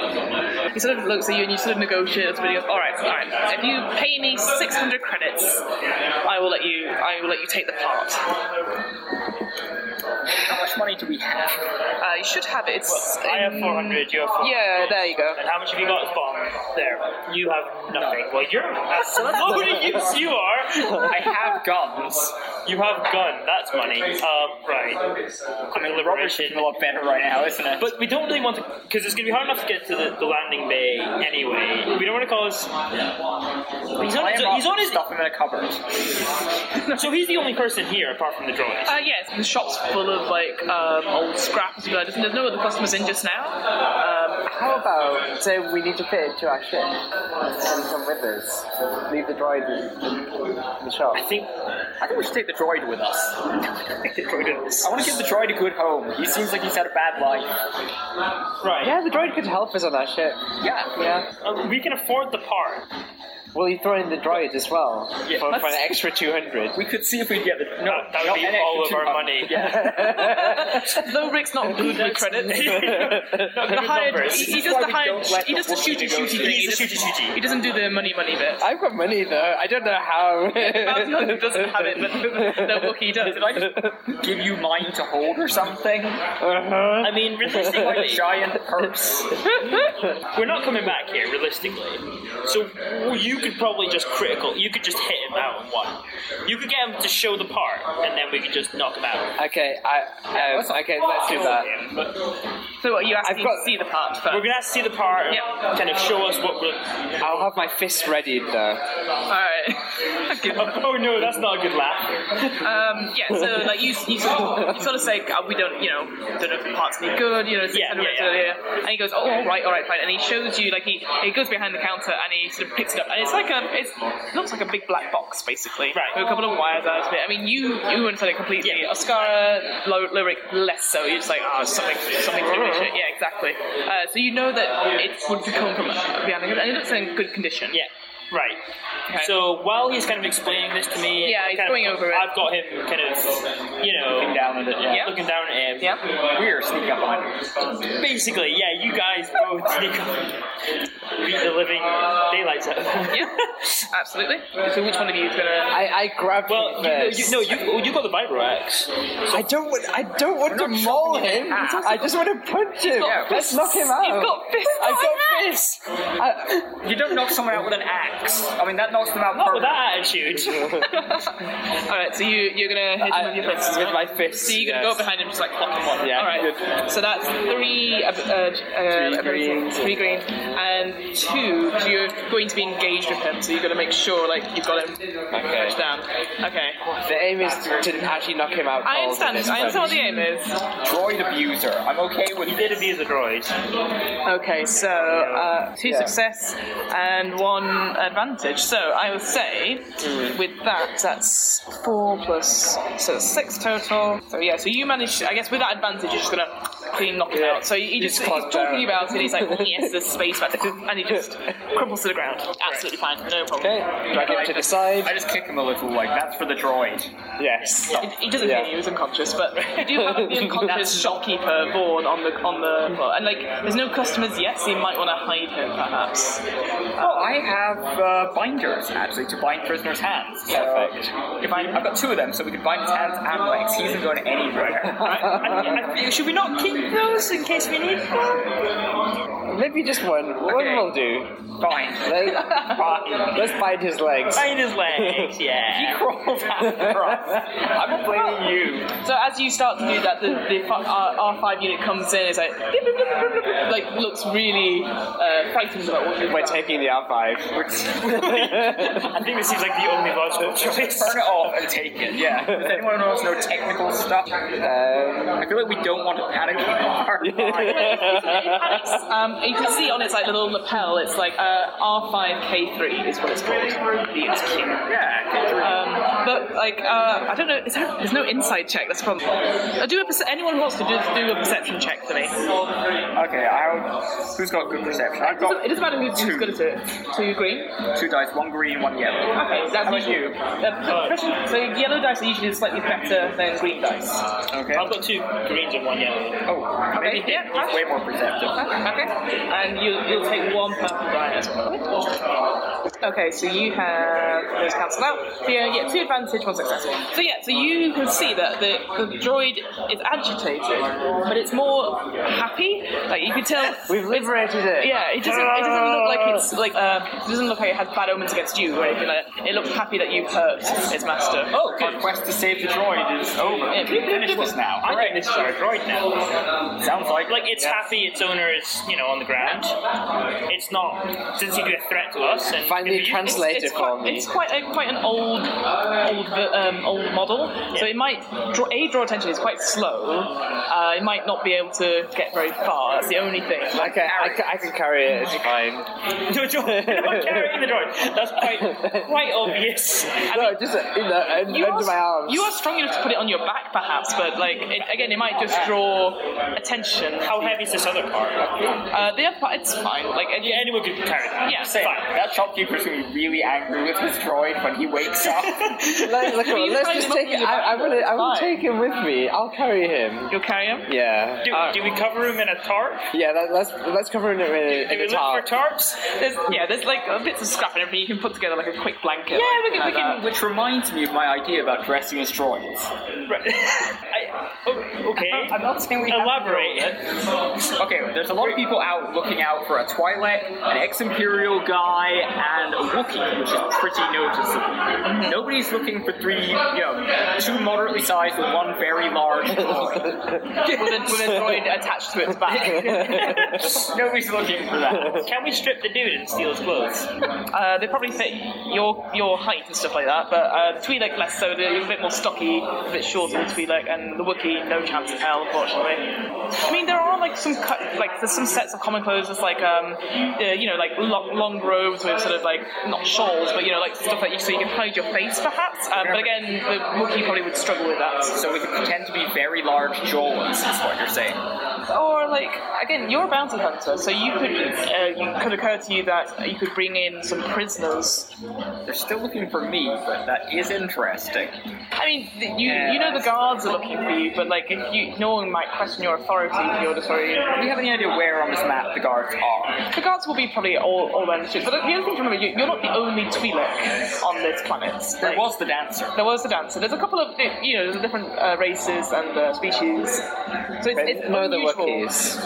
[SPEAKER 1] He sort of looks at you and you sort of negotiate. But he goes, all right, fine. If you pay me six hundred credits, I will let you. I will let you take the part.
[SPEAKER 4] How much money do we have?
[SPEAKER 1] Uh, you should have it. It's
[SPEAKER 3] I have
[SPEAKER 1] in-
[SPEAKER 3] 400, you have 400.
[SPEAKER 1] Yeah, there you go.
[SPEAKER 3] And how much have you got as bomb? There. You have nothing. Well, you're as loaded as you are.
[SPEAKER 4] I have guns.
[SPEAKER 3] You have gun. That's money. Um, right.
[SPEAKER 4] I mean, the rubber's
[SPEAKER 3] Liberation.
[SPEAKER 4] looking a lot better right now, isn't it?
[SPEAKER 3] But we don't really want to, because it's going to be hard enough to get to the, the landing bay anyway. We don't want to cause. He's on,
[SPEAKER 4] I
[SPEAKER 3] his,
[SPEAKER 4] am
[SPEAKER 3] he's on his.
[SPEAKER 4] stuff him in a cupboard.
[SPEAKER 3] <laughs> So he's the only person here apart from the droid.
[SPEAKER 1] Uh, yes, the shop's full of like um, old scrap as well. There's there's no other customers in just now. Um,
[SPEAKER 2] How about so we need to fit it to our ship and come with us? Leave the droid in the shop.
[SPEAKER 3] I think.
[SPEAKER 4] I think we should take the droid with us. I want to give the droid a good home. He seems like he's had a bad life.
[SPEAKER 3] Right.
[SPEAKER 2] Yeah, the droid could help us on our ship.
[SPEAKER 4] Yeah.
[SPEAKER 2] Yeah.
[SPEAKER 3] Uh, we can afford the part.
[SPEAKER 2] Will you throw in the droid as well?
[SPEAKER 3] Yeah,
[SPEAKER 2] for, for an
[SPEAKER 3] let's-
[SPEAKER 2] extra 200.
[SPEAKER 4] We could see if we get the.
[SPEAKER 3] No, that would be
[SPEAKER 4] an extra
[SPEAKER 3] all of
[SPEAKER 4] two
[SPEAKER 3] our
[SPEAKER 4] bucks.
[SPEAKER 3] money.
[SPEAKER 4] Yeah.
[SPEAKER 1] though Rick's not good with credits.
[SPEAKER 3] Not good
[SPEAKER 1] The hired,
[SPEAKER 3] numbers.
[SPEAKER 1] he, he
[SPEAKER 4] This is
[SPEAKER 1] does
[SPEAKER 4] why
[SPEAKER 1] the
[SPEAKER 4] we
[SPEAKER 1] hired,
[SPEAKER 4] don't let
[SPEAKER 1] he
[SPEAKER 4] the
[SPEAKER 1] does the
[SPEAKER 4] woman
[SPEAKER 1] shooty shooty
[SPEAKER 4] negotiate.
[SPEAKER 1] bit. He
[SPEAKER 3] He's a
[SPEAKER 1] doesn't-
[SPEAKER 3] shooty shooty.
[SPEAKER 1] He doesn't do the money money bit.
[SPEAKER 2] I've got money though. I don't know how.
[SPEAKER 1] Bounty Hunter doesn't have it, but the Wookiee does.
[SPEAKER 4] Did I
[SPEAKER 2] <laughs>
[SPEAKER 4] just give you mine to hold or something?
[SPEAKER 2] Uh-huh.
[SPEAKER 3] I
[SPEAKER 4] <laughs>
[SPEAKER 3] mean,
[SPEAKER 4] Like a
[SPEAKER 3] realistically,
[SPEAKER 4] giant purse.
[SPEAKER 3] <laughs> we're not coming back here, realistically. So you could probably just critical. You could just hit him out in one. You could get him to show the part, and then we could just knock him out.
[SPEAKER 2] okay, I um, okay, let's do that.
[SPEAKER 1] So what, you
[SPEAKER 2] I've
[SPEAKER 1] asking
[SPEAKER 2] got-
[SPEAKER 1] to see the part
[SPEAKER 3] We're
[SPEAKER 1] first?
[SPEAKER 3] gonna have to see the part,
[SPEAKER 1] Yeah.
[SPEAKER 3] kind of show us what we're.
[SPEAKER 2] I'll have my fist ready though.
[SPEAKER 1] Alright. Good.
[SPEAKER 3] Oh no, that's not a good laugh.
[SPEAKER 1] Um, yeah, so like you, you, sort of, you sort of say uh, we don't, you know, don't know if the part's any good, you know, it's
[SPEAKER 3] Yeah,
[SPEAKER 1] kind of
[SPEAKER 3] yeah,
[SPEAKER 1] it's
[SPEAKER 3] yeah.
[SPEAKER 1] earlier. And he goes, oh, all right, all right, fine. And he shows you like he, he goes behind the counter and he sort of picks it up, and it's like a, it's, it looks like a big black box basically,
[SPEAKER 3] Right.
[SPEAKER 1] with a couple of wires out of it. I mean, you you understand it completely.
[SPEAKER 3] Yeah.
[SPEAKER 1] Oscara, Lo- Lyric, less so. You're just like, ah, something, something
[SPEAKER 3] Mm-hmm.
[SPEAKER 1] shit. Yeah, exactly. Uh, so you know that it would come from behind, the, and it looks in good condition.
[SPEAKER 3] Yeah. Right.
[SPEAKER 1] Okay.
[SPEAKER 3] So while he's kind of explaining this to me,
[SPEAKER 1] Yeah, he's
[SPEAKER 3] kind of-
[SPEAKER 1] going over it.
[SPEAKER 3] I've got him kind of, you know,
[SPEAKER 4] Looking down at it, yeah.
[SPEAKER 1] Yeah.
[SPEAKER 3] looking down at him.
[SPEAKER 1] Yeah.
[SPEAKER 4] We're sneaking up behind him.
[SPEAKER 3] Basically, yeah, you guys both <laughs> sneak up, beat the living daylights <laughs> out. of him.
[SPEAKER 1] Yeah, <laughs> absolutely. So which one of you is gonna?
[SPEAKER 2] I, I grabbed
[SPEAKER 3] Well,
[SPEAKER 2] him first.
[SPEAKER 3] you, you, no, you oh, you got the vibro axe.
[SPEAKER 2] I don't want. I don't want to maul him. I just want to punch him.
[SPEAKER 1] got
[SPEAKER 2] Let's knock him out.
[SPEAKER 1] He's got fists
[SPEAKER 2] I
[SPEAKER 1] on
[SPEAKER 2] got
[SPEAKER 1] him.
[SPEAKER 2] fists. I,
[SPEAKER 4] You don't knock someone out with an axe. I mean, that knocks them out
[SPEAKER 3] Not with
[SPEAKER 4] permanently.
[SPEAKER 3] that attitude.
[SPEAKER 1] All right, so you you're gonna hit him
[SPEAKER 2] I-
[SPEAKER 1] with your fists.
[SPEAKER 2] with my
[SPEAKER 1] right?
[SPEAKER 2] fists,
[SPEAKER 1] So you're gonna
[SPEAKER 2] yes.
[SPEAKER 1] go behind him, just like clock him on.
[SPEAKER 2] Yeah,
[SPEAKER 1] All right.
[SPEAKER 2] good.
[SPEAKER 1] So that's three, uh, uh, three,
[SPEAKER 2] green.
[SPEAKER 1] three green, and two. 'cause You're going to be engaged with him, so you're gonna make sure like you've got him
[SPEAKER 2] okay.
[SPEAKER 1] down. Okay.
[SPEAKER 2] The aim is to actually knock him out.
[SPEAKER 1] I
[SPEAKER 2] cold
[SPEAKER 1] understand.
[SPEAKER 2] with this
[SPEAKER 1] I understand what the aim is.
[SPEAKER 4] droid abuser. I'm okay with
[SPEAKER 3] you did abuse the droid.
[SPEAKER 1] Okay, so uh, two
[SPEAKER 2] Yeah.
[SPEAKER 1] success and one advantage. So I would say
[SPEAKER 2] Mm.
[SPEAKER 1] with that, that's four plus, so that's six total. So yeah, so you manage. I guess with that advantage, you're just gonna clean knock him out. So he just he's
[SPEAKER 2] climb
[SPEAKER 1] talking
[SPEAKER 2] down.
[SPEAKER 1] about it. He's
[SPEAKER 2] <laughs>
[SPEAKER 1] like, yes, there's space, but and he just crumbles to the ground. Absolutely fine, no problem.
[SPEAKER 2] Okay. Drag him to the side.
[SPEAKER 4] I just kick him a little, like, that's for the droid.
[SPEAKER 2] Yes.
[SPEAKER 1] He doesn't
[SPEAKER 2] Yeah.
[SPEAKER 1] hear you. He's unconscious,
[SPEAKER 2] <laughs>
[SPEAKER 1] but you do have the unconscious shopkeeper born on the on the floor. and like there's no customers yet, so you might want to hide him perhaps.
[SPEAKER 4] Oh, I have uh, binders, actually, to bind prisoners' hands. So
[SPEAKER 2] Perfect.
[SPEAKER 4] If I, I've got two of them, so we can bind his hands and legs. He isn't going <laughs> anywhere.
[SPEAKER 3] I, I, I, should we not keep those in case we need them?
[SPEAKER 2] Maybe just one.
[SPEAKER 4] Okay.
[SPEAKER 2] One will do.
[SPEAKER 4] Bind.
[SPEAKER 2] Let-
[SPEAKER 4] Bind.
[SPEAKER 2] Let's bind his legs.
[SPEAKER 3] Behind his legs,
[SPEAKER 4] He
[SPEAKER 3] yeah.
[SPEAKER 4] crawls after us. I'm blaming you.
[SPEAKER 1] So as you start to do that, the, the fi- our R5 unit comes in. It's like, like looks really uh, frightened about what you're
[SPEAKER 2] <laughs> We're taking the R5.
[SPEAKER 4] We're
[SPEAKER 3] I think this seems like the only logical choice.
[SPEAKER 4] Turn it off and take it, yeah. Does anyone else know technical stuff?
[SPEAKER 2] Um,
[SPEAKER 4] I feel like we don't want to panic <laughs> our
[SPEAKER 1] Um, you can see on its like little lapel, it's like uh, R5K3 is what it's called. It's cute.
[SPEAKER 4] Yeah,
[SPEAKER 1] Um, but like, uh, I don't know. Is there, there's no inside check. That's a problem. Uh, do a perce- anyone who wants to do, do a perception check for me.
[SPEAKER 4] Okay, I'll, who's got good perception? I've got
[SPEAKER 1] It doesn't matter who's, who's
[SPEAKER 4] Two.
[SPEAKER 1] good at it. Two green.
[SPEAKER 4] two dice, one green, one yellow.
[SPEAKER 1] Okay, that's
[SPEAKER 4] about
[SPEAKER 1] usually-
[SPEAKER 4] you?
[SPEAKER 1] Uh, perception- so yellow dice are usually slightly better than green dice.
[SPEAKER 4] Okay.
[SPEAKER 3] I've got two greens and one yellow.
[SPEAKER 4] Oh, maybe
[SPEAKER 1] Okay, yeah,
[SPEAKER 4] he's
[SPEAKER 1] Ash.
[SPEAKER 4] way more perceptive.
[SPEAKER 1] Okay, and you, you'll take one purple die as well. Okay, so you have those cancelled out. So yeah, yeah, two advantage, one success. So yeah, so you can see that the, the droid is agitated, but it's more happy. Like you could tell
[SPEAKER 2] We've liberated it.
[SPEAKER 1] Yeah, it doesn't. It doesn't look like it's like. Uh, it doesn't look like it has bad omens against you or anything like that. It looks happy that you've hurt its master.
[SPEAKER 4] Oh, good. Our quest to save the droid is over.
[SPEAKER 1] Yeah.
[SPEAKER 4] We finish this now.
[SPEAKER 3] I think this is our droid now.
[SPEAKER 4] Sounds like
[SPEAKER 3] Like it's happy, its owner is you know on the ground. It's not doesn't seem to be a threat to us. And
[SPEAKER 2] Finally
[SPEAKER 3] if you- <laughs>
[SPEAKER 2] translate
[SPEAKER 1] it's
[SPEAKER 2] it for
[SPEAKER 1] quite,
[SPEAKER 2] me.
[SPEAKER 1] It's quite a, quite an old old ver- um, old model, so it might draw, a draw attention is quite slow. Uh, it might not be able to get very far. That's the only thing.
[SPEAKER 2] I can, I,
[SPEAKER 1] <laughs>
[SPEAKER 2] can, I can carry it, it's fine.
[SPEAKER 3] No, John, not carrying the droid. That's quite quite obvious.
[SPEAKER 2] <laughs>
[SPEAKER 3] I
[SPEAKER 2] No,
[SPEAKER 3] mean,
[SPEAKER 2] just uh, in the, un-
[SPEAKER 1] You
[SPEAKER 2] under
[SPEAKER 1] are,
[SPEAKER 2] my arms.
[SPEAKER 1] you are strong enough to put it on your back, perhaps, but like it, again, it might just draw attention.
[SPEAKER 3] how heavy is this other part?
[SPEAKER 1] Uh, the other part, it's fine. Like it,
[SPEAKER 3] Yeah, anyone could carry that.
[SPEAKER 1] Yeah.
[SPEAKER 3] It's fine.
[SPEAKER 4] that shopkeeper's gonna be really angry with his droid when he wakes <laughs> up.
[SPEAKER 2] Let, look,
[SPEAKER 1] <laughs> You
[SPEAKER 2] let's
[SPEAKER 1] tied
[SPEAKER 2] just
[SPEAKER 1] him up
[SPEAKER 2] take
[SPEAKER 1] in
[SPEAKER 2] it.
[SPEAKER 1] your
[SPEAKER 2] I, I
[SPEAKER 1] back,
[SPEAKER 2] want to I wanna
[SPEAKER 1] it's fine.
[SPEAKER 2] take him with me. I'll carry him.
[SPEAKER 1] you'll carry him.
[SPEAKER 2] Yeah. Uh,
[SPEAKER 3] Do, do we cover him in a tarp?
[SPEAKER 2] Yeah, let, let's let's cover him in, in,
[SPEAKER 3] Do
[SPEAKER 2] in
[SPEAKER 3] we
[SPEAKER 2] a
[SPEAKER 3] look for
[SPEAKER 2] tarp.
[SPEAKER 3] tarps?
[SPEAKER 1] There's, yeah, there's like bits of scrap and everything. You can put together like a quick blanket.
[SPEAKER 4] Yeah,
[SPEAKER 1] like,
[SPEAKER 4] we can, we
[SPEAKER 1] like
[SPEAKER 4] can,
[SPEAKER 1] that.
[SPEAKER 4] which reminds me of my idea about dressing as droids.
[SPEAKER 1] <laughs>
[SPEAKER 3] Right. I, o- okay.
[SPEAKER 4] I'm not saying we have to
[SPEAKER 3] Elaborate.
[SPEAKER 4] Okay, there's a lot of people out looking out for a Twilight, an ex-Imperial guy, and a Wookiee, which is pretty noticeable. Nobody's looking for three, you know, two moderately sized and one very large droid.
[SPEAKER 1] <laughs> with, a, with a <laughs> droid attached to its back.
[SPEAKER 3] <laughs>
[SPEAKER 4] Nobody's looking for that.
[SPEAKER 3] Can we strip the dude and steal his clothes?
[SPEAKER 1] <laughs> Uh, they probably fit your your height and stuff like that, but uh, Twi'lek less so. They're a bit more stocky, a bit shorter than Twi'lek, and the Wookiee, no chance in hell, unfortunately. I mean, there are like some cut, like there's some sets of common clothes that's like um, uh, you know, like long, long robes with sort of like not shawls, but you know, like stuff that you so you can hide your face perhaps. Um, but again, the Wookiee probably would struggle with that.
[SPEAKER 4] So we can pretend to be very large Jawas, is what you're saying.
[SPEAKER 1] Or like again, you're a bounty hunter, so you could uh, it could occur to you that you could bring in some prisoners.
[SPEAKER 4] They're still looking for me, but that is interesting.
[SPEAKER 1] I mean, th- you you know the guards are looking for you, but like if you, no one might question your authority if you're just already.
[SPEAKER 4] Do you have any idea where on this map the guards are?
[SPEAKER 1] The guards will be probably all all around the ship. But the other thing to remember, you- you're not the only Twi'lek on this planet.
[SPEAKER 4] There
[SPEAKER 1] Like,
[SPEAKER 4] was the dancer.
[SPEAKER 1] There was the dancer. There's a couple of you know there's different uh, races and uh, species, so it's, it's
[SPEAKER 2] No, the
[SPEAKER 1] unusual.
[SPEAKER 2] Wookiees.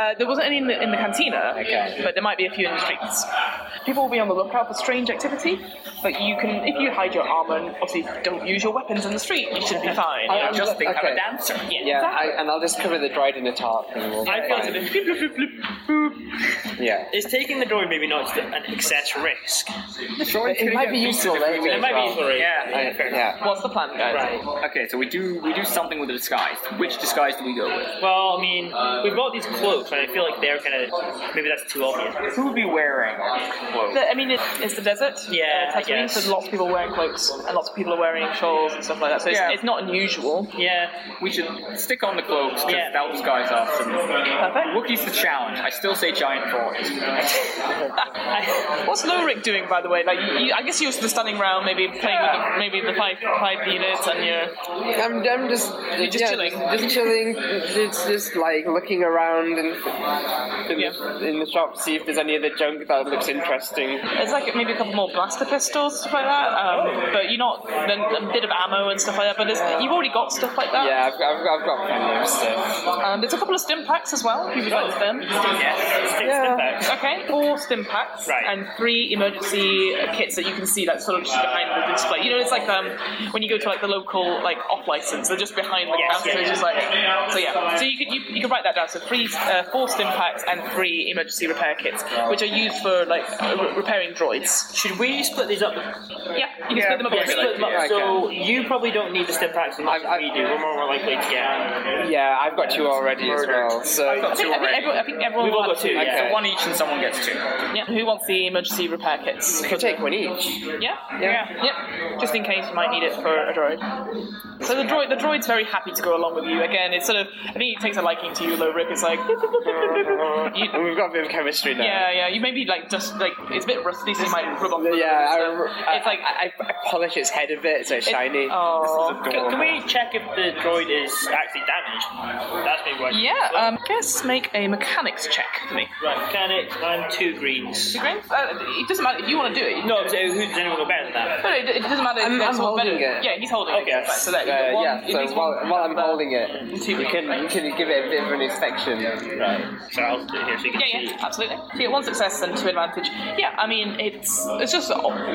[SPEAKER 1] Uh, there wasn't any in the, in the cantina,
[SPEAKER 2] Okay.
[SPEAKER 1] but there might be a few in the streets. People will be on the lookout for strange activity, but you can, if you hide your armor and obviously don't use your weapons in the street, you should be fine.
[SPEAKER 2] I-
[SPEAKER 4] I just think I'm
[SPEAKER 2] Okay.
[SPEAKER 4] a dancer.
[SPEAKER 2] Yeah, I, and I'll just cover the droid in a tarp and we'll be
[SPEAKER 3] I feel it's a
[SPEAKER 2] fine.
[SPEAKER 3] bit bloop, bloop, bloop, bloop, bloop.
[SPEAKER 2] Yeah.
[SPEAKER 3] Is taking the droid maybe not an excess risk?
[SPEAKER 2] It,
[SPEAKER 4] could've
[SPEAKER 2] might be
[SPEAKER 4] got
[SPEAKER 2] useful
[SPEAKER 4] beaten if
[SPEAKER 2] later.
[SPEAKER 4] we-
[SPEAKER 3] It might be useful, right?
[SPEAKER 4] Yeah.
[SPEAKER 2] I, yeah.
[SPEAKER 1] What's the plan, guys?
[SPEAKER 3] Right.
[SPEAKER 4] Okay, so we do we do something with the disguise. Which disguise do we go with?
[SPEAKER 3] Well, I mean, we've got these cloaks, but I feel like they're kind of maybe that's too obvious.
[SPEAKER 4] Who would be wearing our clothes?
[SPEAKER 1] The- I mean, it, it's the desert.
[SPEAKER 3] Yeah,
[SPEAKER 1] uh,
[SPEAKER 3] I
[SPEAKER 1] Tatooine,
[SPEAKER 3] guess.
[SPEAKER 1] so lots of people wearing cloaks, and lots of people are wearing shawls and stuff like that. So it's,
[SPEAKER 4] Yeah.
[SPEAKER 1] it's not unusual.
[SPEAKER 3] Yeah,
[SPEAKER 4] We should stick on the cloaks because
[SPEAKER 3] Yeah.
[SPEAKER 4] that'll disguise us. And
[SPEAKER 1] Perfect.
[SPEAKER 4] Wookiee's the challenge. I still say giant <laughs> droids.
[SPEAKER 1] <laughs> What's Lorik doing, by the way? Like, you, you, I guess you're sort of standing around, maybe playing with the, maybe the five five units, and you're.
[SPEAKER 2] I'm, I'm just,
[SPEAKER 1] just
[SPEAKER 2] yeah,
[SPEAKER 1] chilling.
[SPEAKER 2] Just, just chilling. It's just like looking around and in, the, in the shop, see if there's any other junk that looks interesting.
[SPEAKER 1] There's like maybe a couple more blaster pistols, stuff like that. Um, but you're not then a bit of ammo and stuff like that. But there's, you've already got stuff like that.
[SPEAKER 2] Yeah, I've, I've, I've got plenty of stuff.
[SPEAKER 1] Um, there's a couple of stim packs as well. If you would like them.
[SPEAKER 3] yes, stick
[SPEAKER 2] Yeah.
[SPEAKER 3] step back.
[SPEAKER 1] Okay, four stim packs
[SPEAKER 3] Right.
[SPEAKER 1] and three emergency uh, kits that you can see that's sort of just behind the display. You know, it's like um, when you go to like the local like off license, they're just behind the
[SPEAKER 3] Yes,
[SPEAKER 1] counter.
[SPEAKER 3] yeah.
[SPEAKER 1] It's just like so yeah. So you could you, you could write that down. So three, uh, four stim packs and three emergency repair kits, which are used for like uh, re- repairing droids.
[SPEAKER 3] Should we split these up?
[SPEAKER 1] Yeah, you can split them up.
[SPEAKER 3] Yeah,
[SPEAKER 1] if you
[SPEAKER 3] split them
[SPEAKER 1] like.
[SPEAKER 3] up. So you probably don't need the step back as much
[SPEAKER 2] I- I-
[SPEAKER 3] as we do. We're more likely to get.
[SPEAKER 2] Yeah, I've got two already as well. So
[SPEAKER 1] I think, I think everyone, I think everyone
[SPEAKER 3] We've
[SPEAKER 1] will
[SPEAKER 3] all
[SPEAKER 1] have
[SPEAKER 3] got two.
[SPEAKER 1] two.
[SPEAKER 3] Yeah.
[SPEAKER 2] Okay.
[SPEAKER 4] One each and someone gets two.
[SPEAKER 1] Yeah, who wants the emergency repair kits?
[SPEAKER 2] I could take one
[SPEAKER 1] <laughs>
[SPEAKER 2] each.
[SPEAKER 1] Yeah,
[SPEAKER 2] Yeah.
[SPEAKER 1] Yep. Just in case you might need it for a droid. So the droid, the droid's very happy to go along with you. Again, it's sort of, I think it takes a liking to you, low Rick. It's like, <laughs>
[SPEAKER 2] And
[SPEAKER 1] you,
[SPEAKER 2] we've got a bit of chemistry now.
[SPEAKER 1] yeah, yeah. You maybe like just like it's a bit rusty, so you might rub off. the
[SPEAKER 2] Yeah, I,
[SPEAKER 1] rubber and stuff.
[SPEAKER 2] I-
[SPEAKER 1] it's like
[SPEAKER 2] I, I, I polish its head a bit so it's
[SPEAKER 1] it-
[SPEAKER 2] shiny.
[SPEAKER 1] Oh.
[SPEAKER 3] Can, can we check if the droid is actually damaged? That's maybe why.
[SPEAKER 1] um, Yeah. Um. Guess make a mechanics check for me.
[SPEAKER 3] Right, mechanic and two greens.
[SPEAKER 1] Two greens? Uh, it doesn't matter if you want to do it.
[SPEAKER 3] No, I'm saying who's anyone got better than that?
[SPEAKER 1] No, it, it doesn't matter.
[SPEAKER 2] I'm-
[SPEAKER 1] if
[SPEAKER 2] I'm
[SPEAKER 1] it's all
[SPEAKER 2] holding
[SPEAKER 1] better.
[SPEAKER 2] it.
[SPEAKER 1] Yeah, he's holding
[SPEAKER 3] Okay.
[SPEAKER 1] it. Right, so that
[SPEAKER 2] Uh,
[SPEAKER 1] one,
[SPEAKER 2] yeah,
[SPEAKER 1] it
[SPEAKER 2] so
[SPEAKER 1] needs
[SPEAKER 2] while,
[SPEAKER 1] one
[SPEAKER 2] while I'm
[SPEAKER 1] for-
[SPEAKER 2] holding it,
[SPEAKER 1] Two
[SPEAKER 2] you can, you can give it a bit of an inspection.
[SPEAKER 3] Right. So I'll do it here so you can
[SPEAKER 1] Yeah, yeah,
[SPEAKER 3] see.
[SPEAKER 1] absolutely. So you get one success and two advantage. Yeah, I mean it's it's just